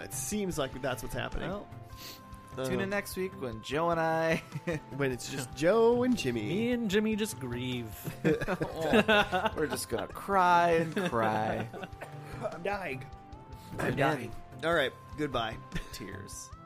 it seems like that's what's happening.
Well,
Uh,
tune in next week when Joe
(laughs)
and I. (laughs)
when it's just Joe and Jimmy.
Me and Jimmy just grieve.
we're just gonna cry and cry.
(laughs)
I'm dying.
I'm dying.
All right. Goodbye. (laughs)
Tears.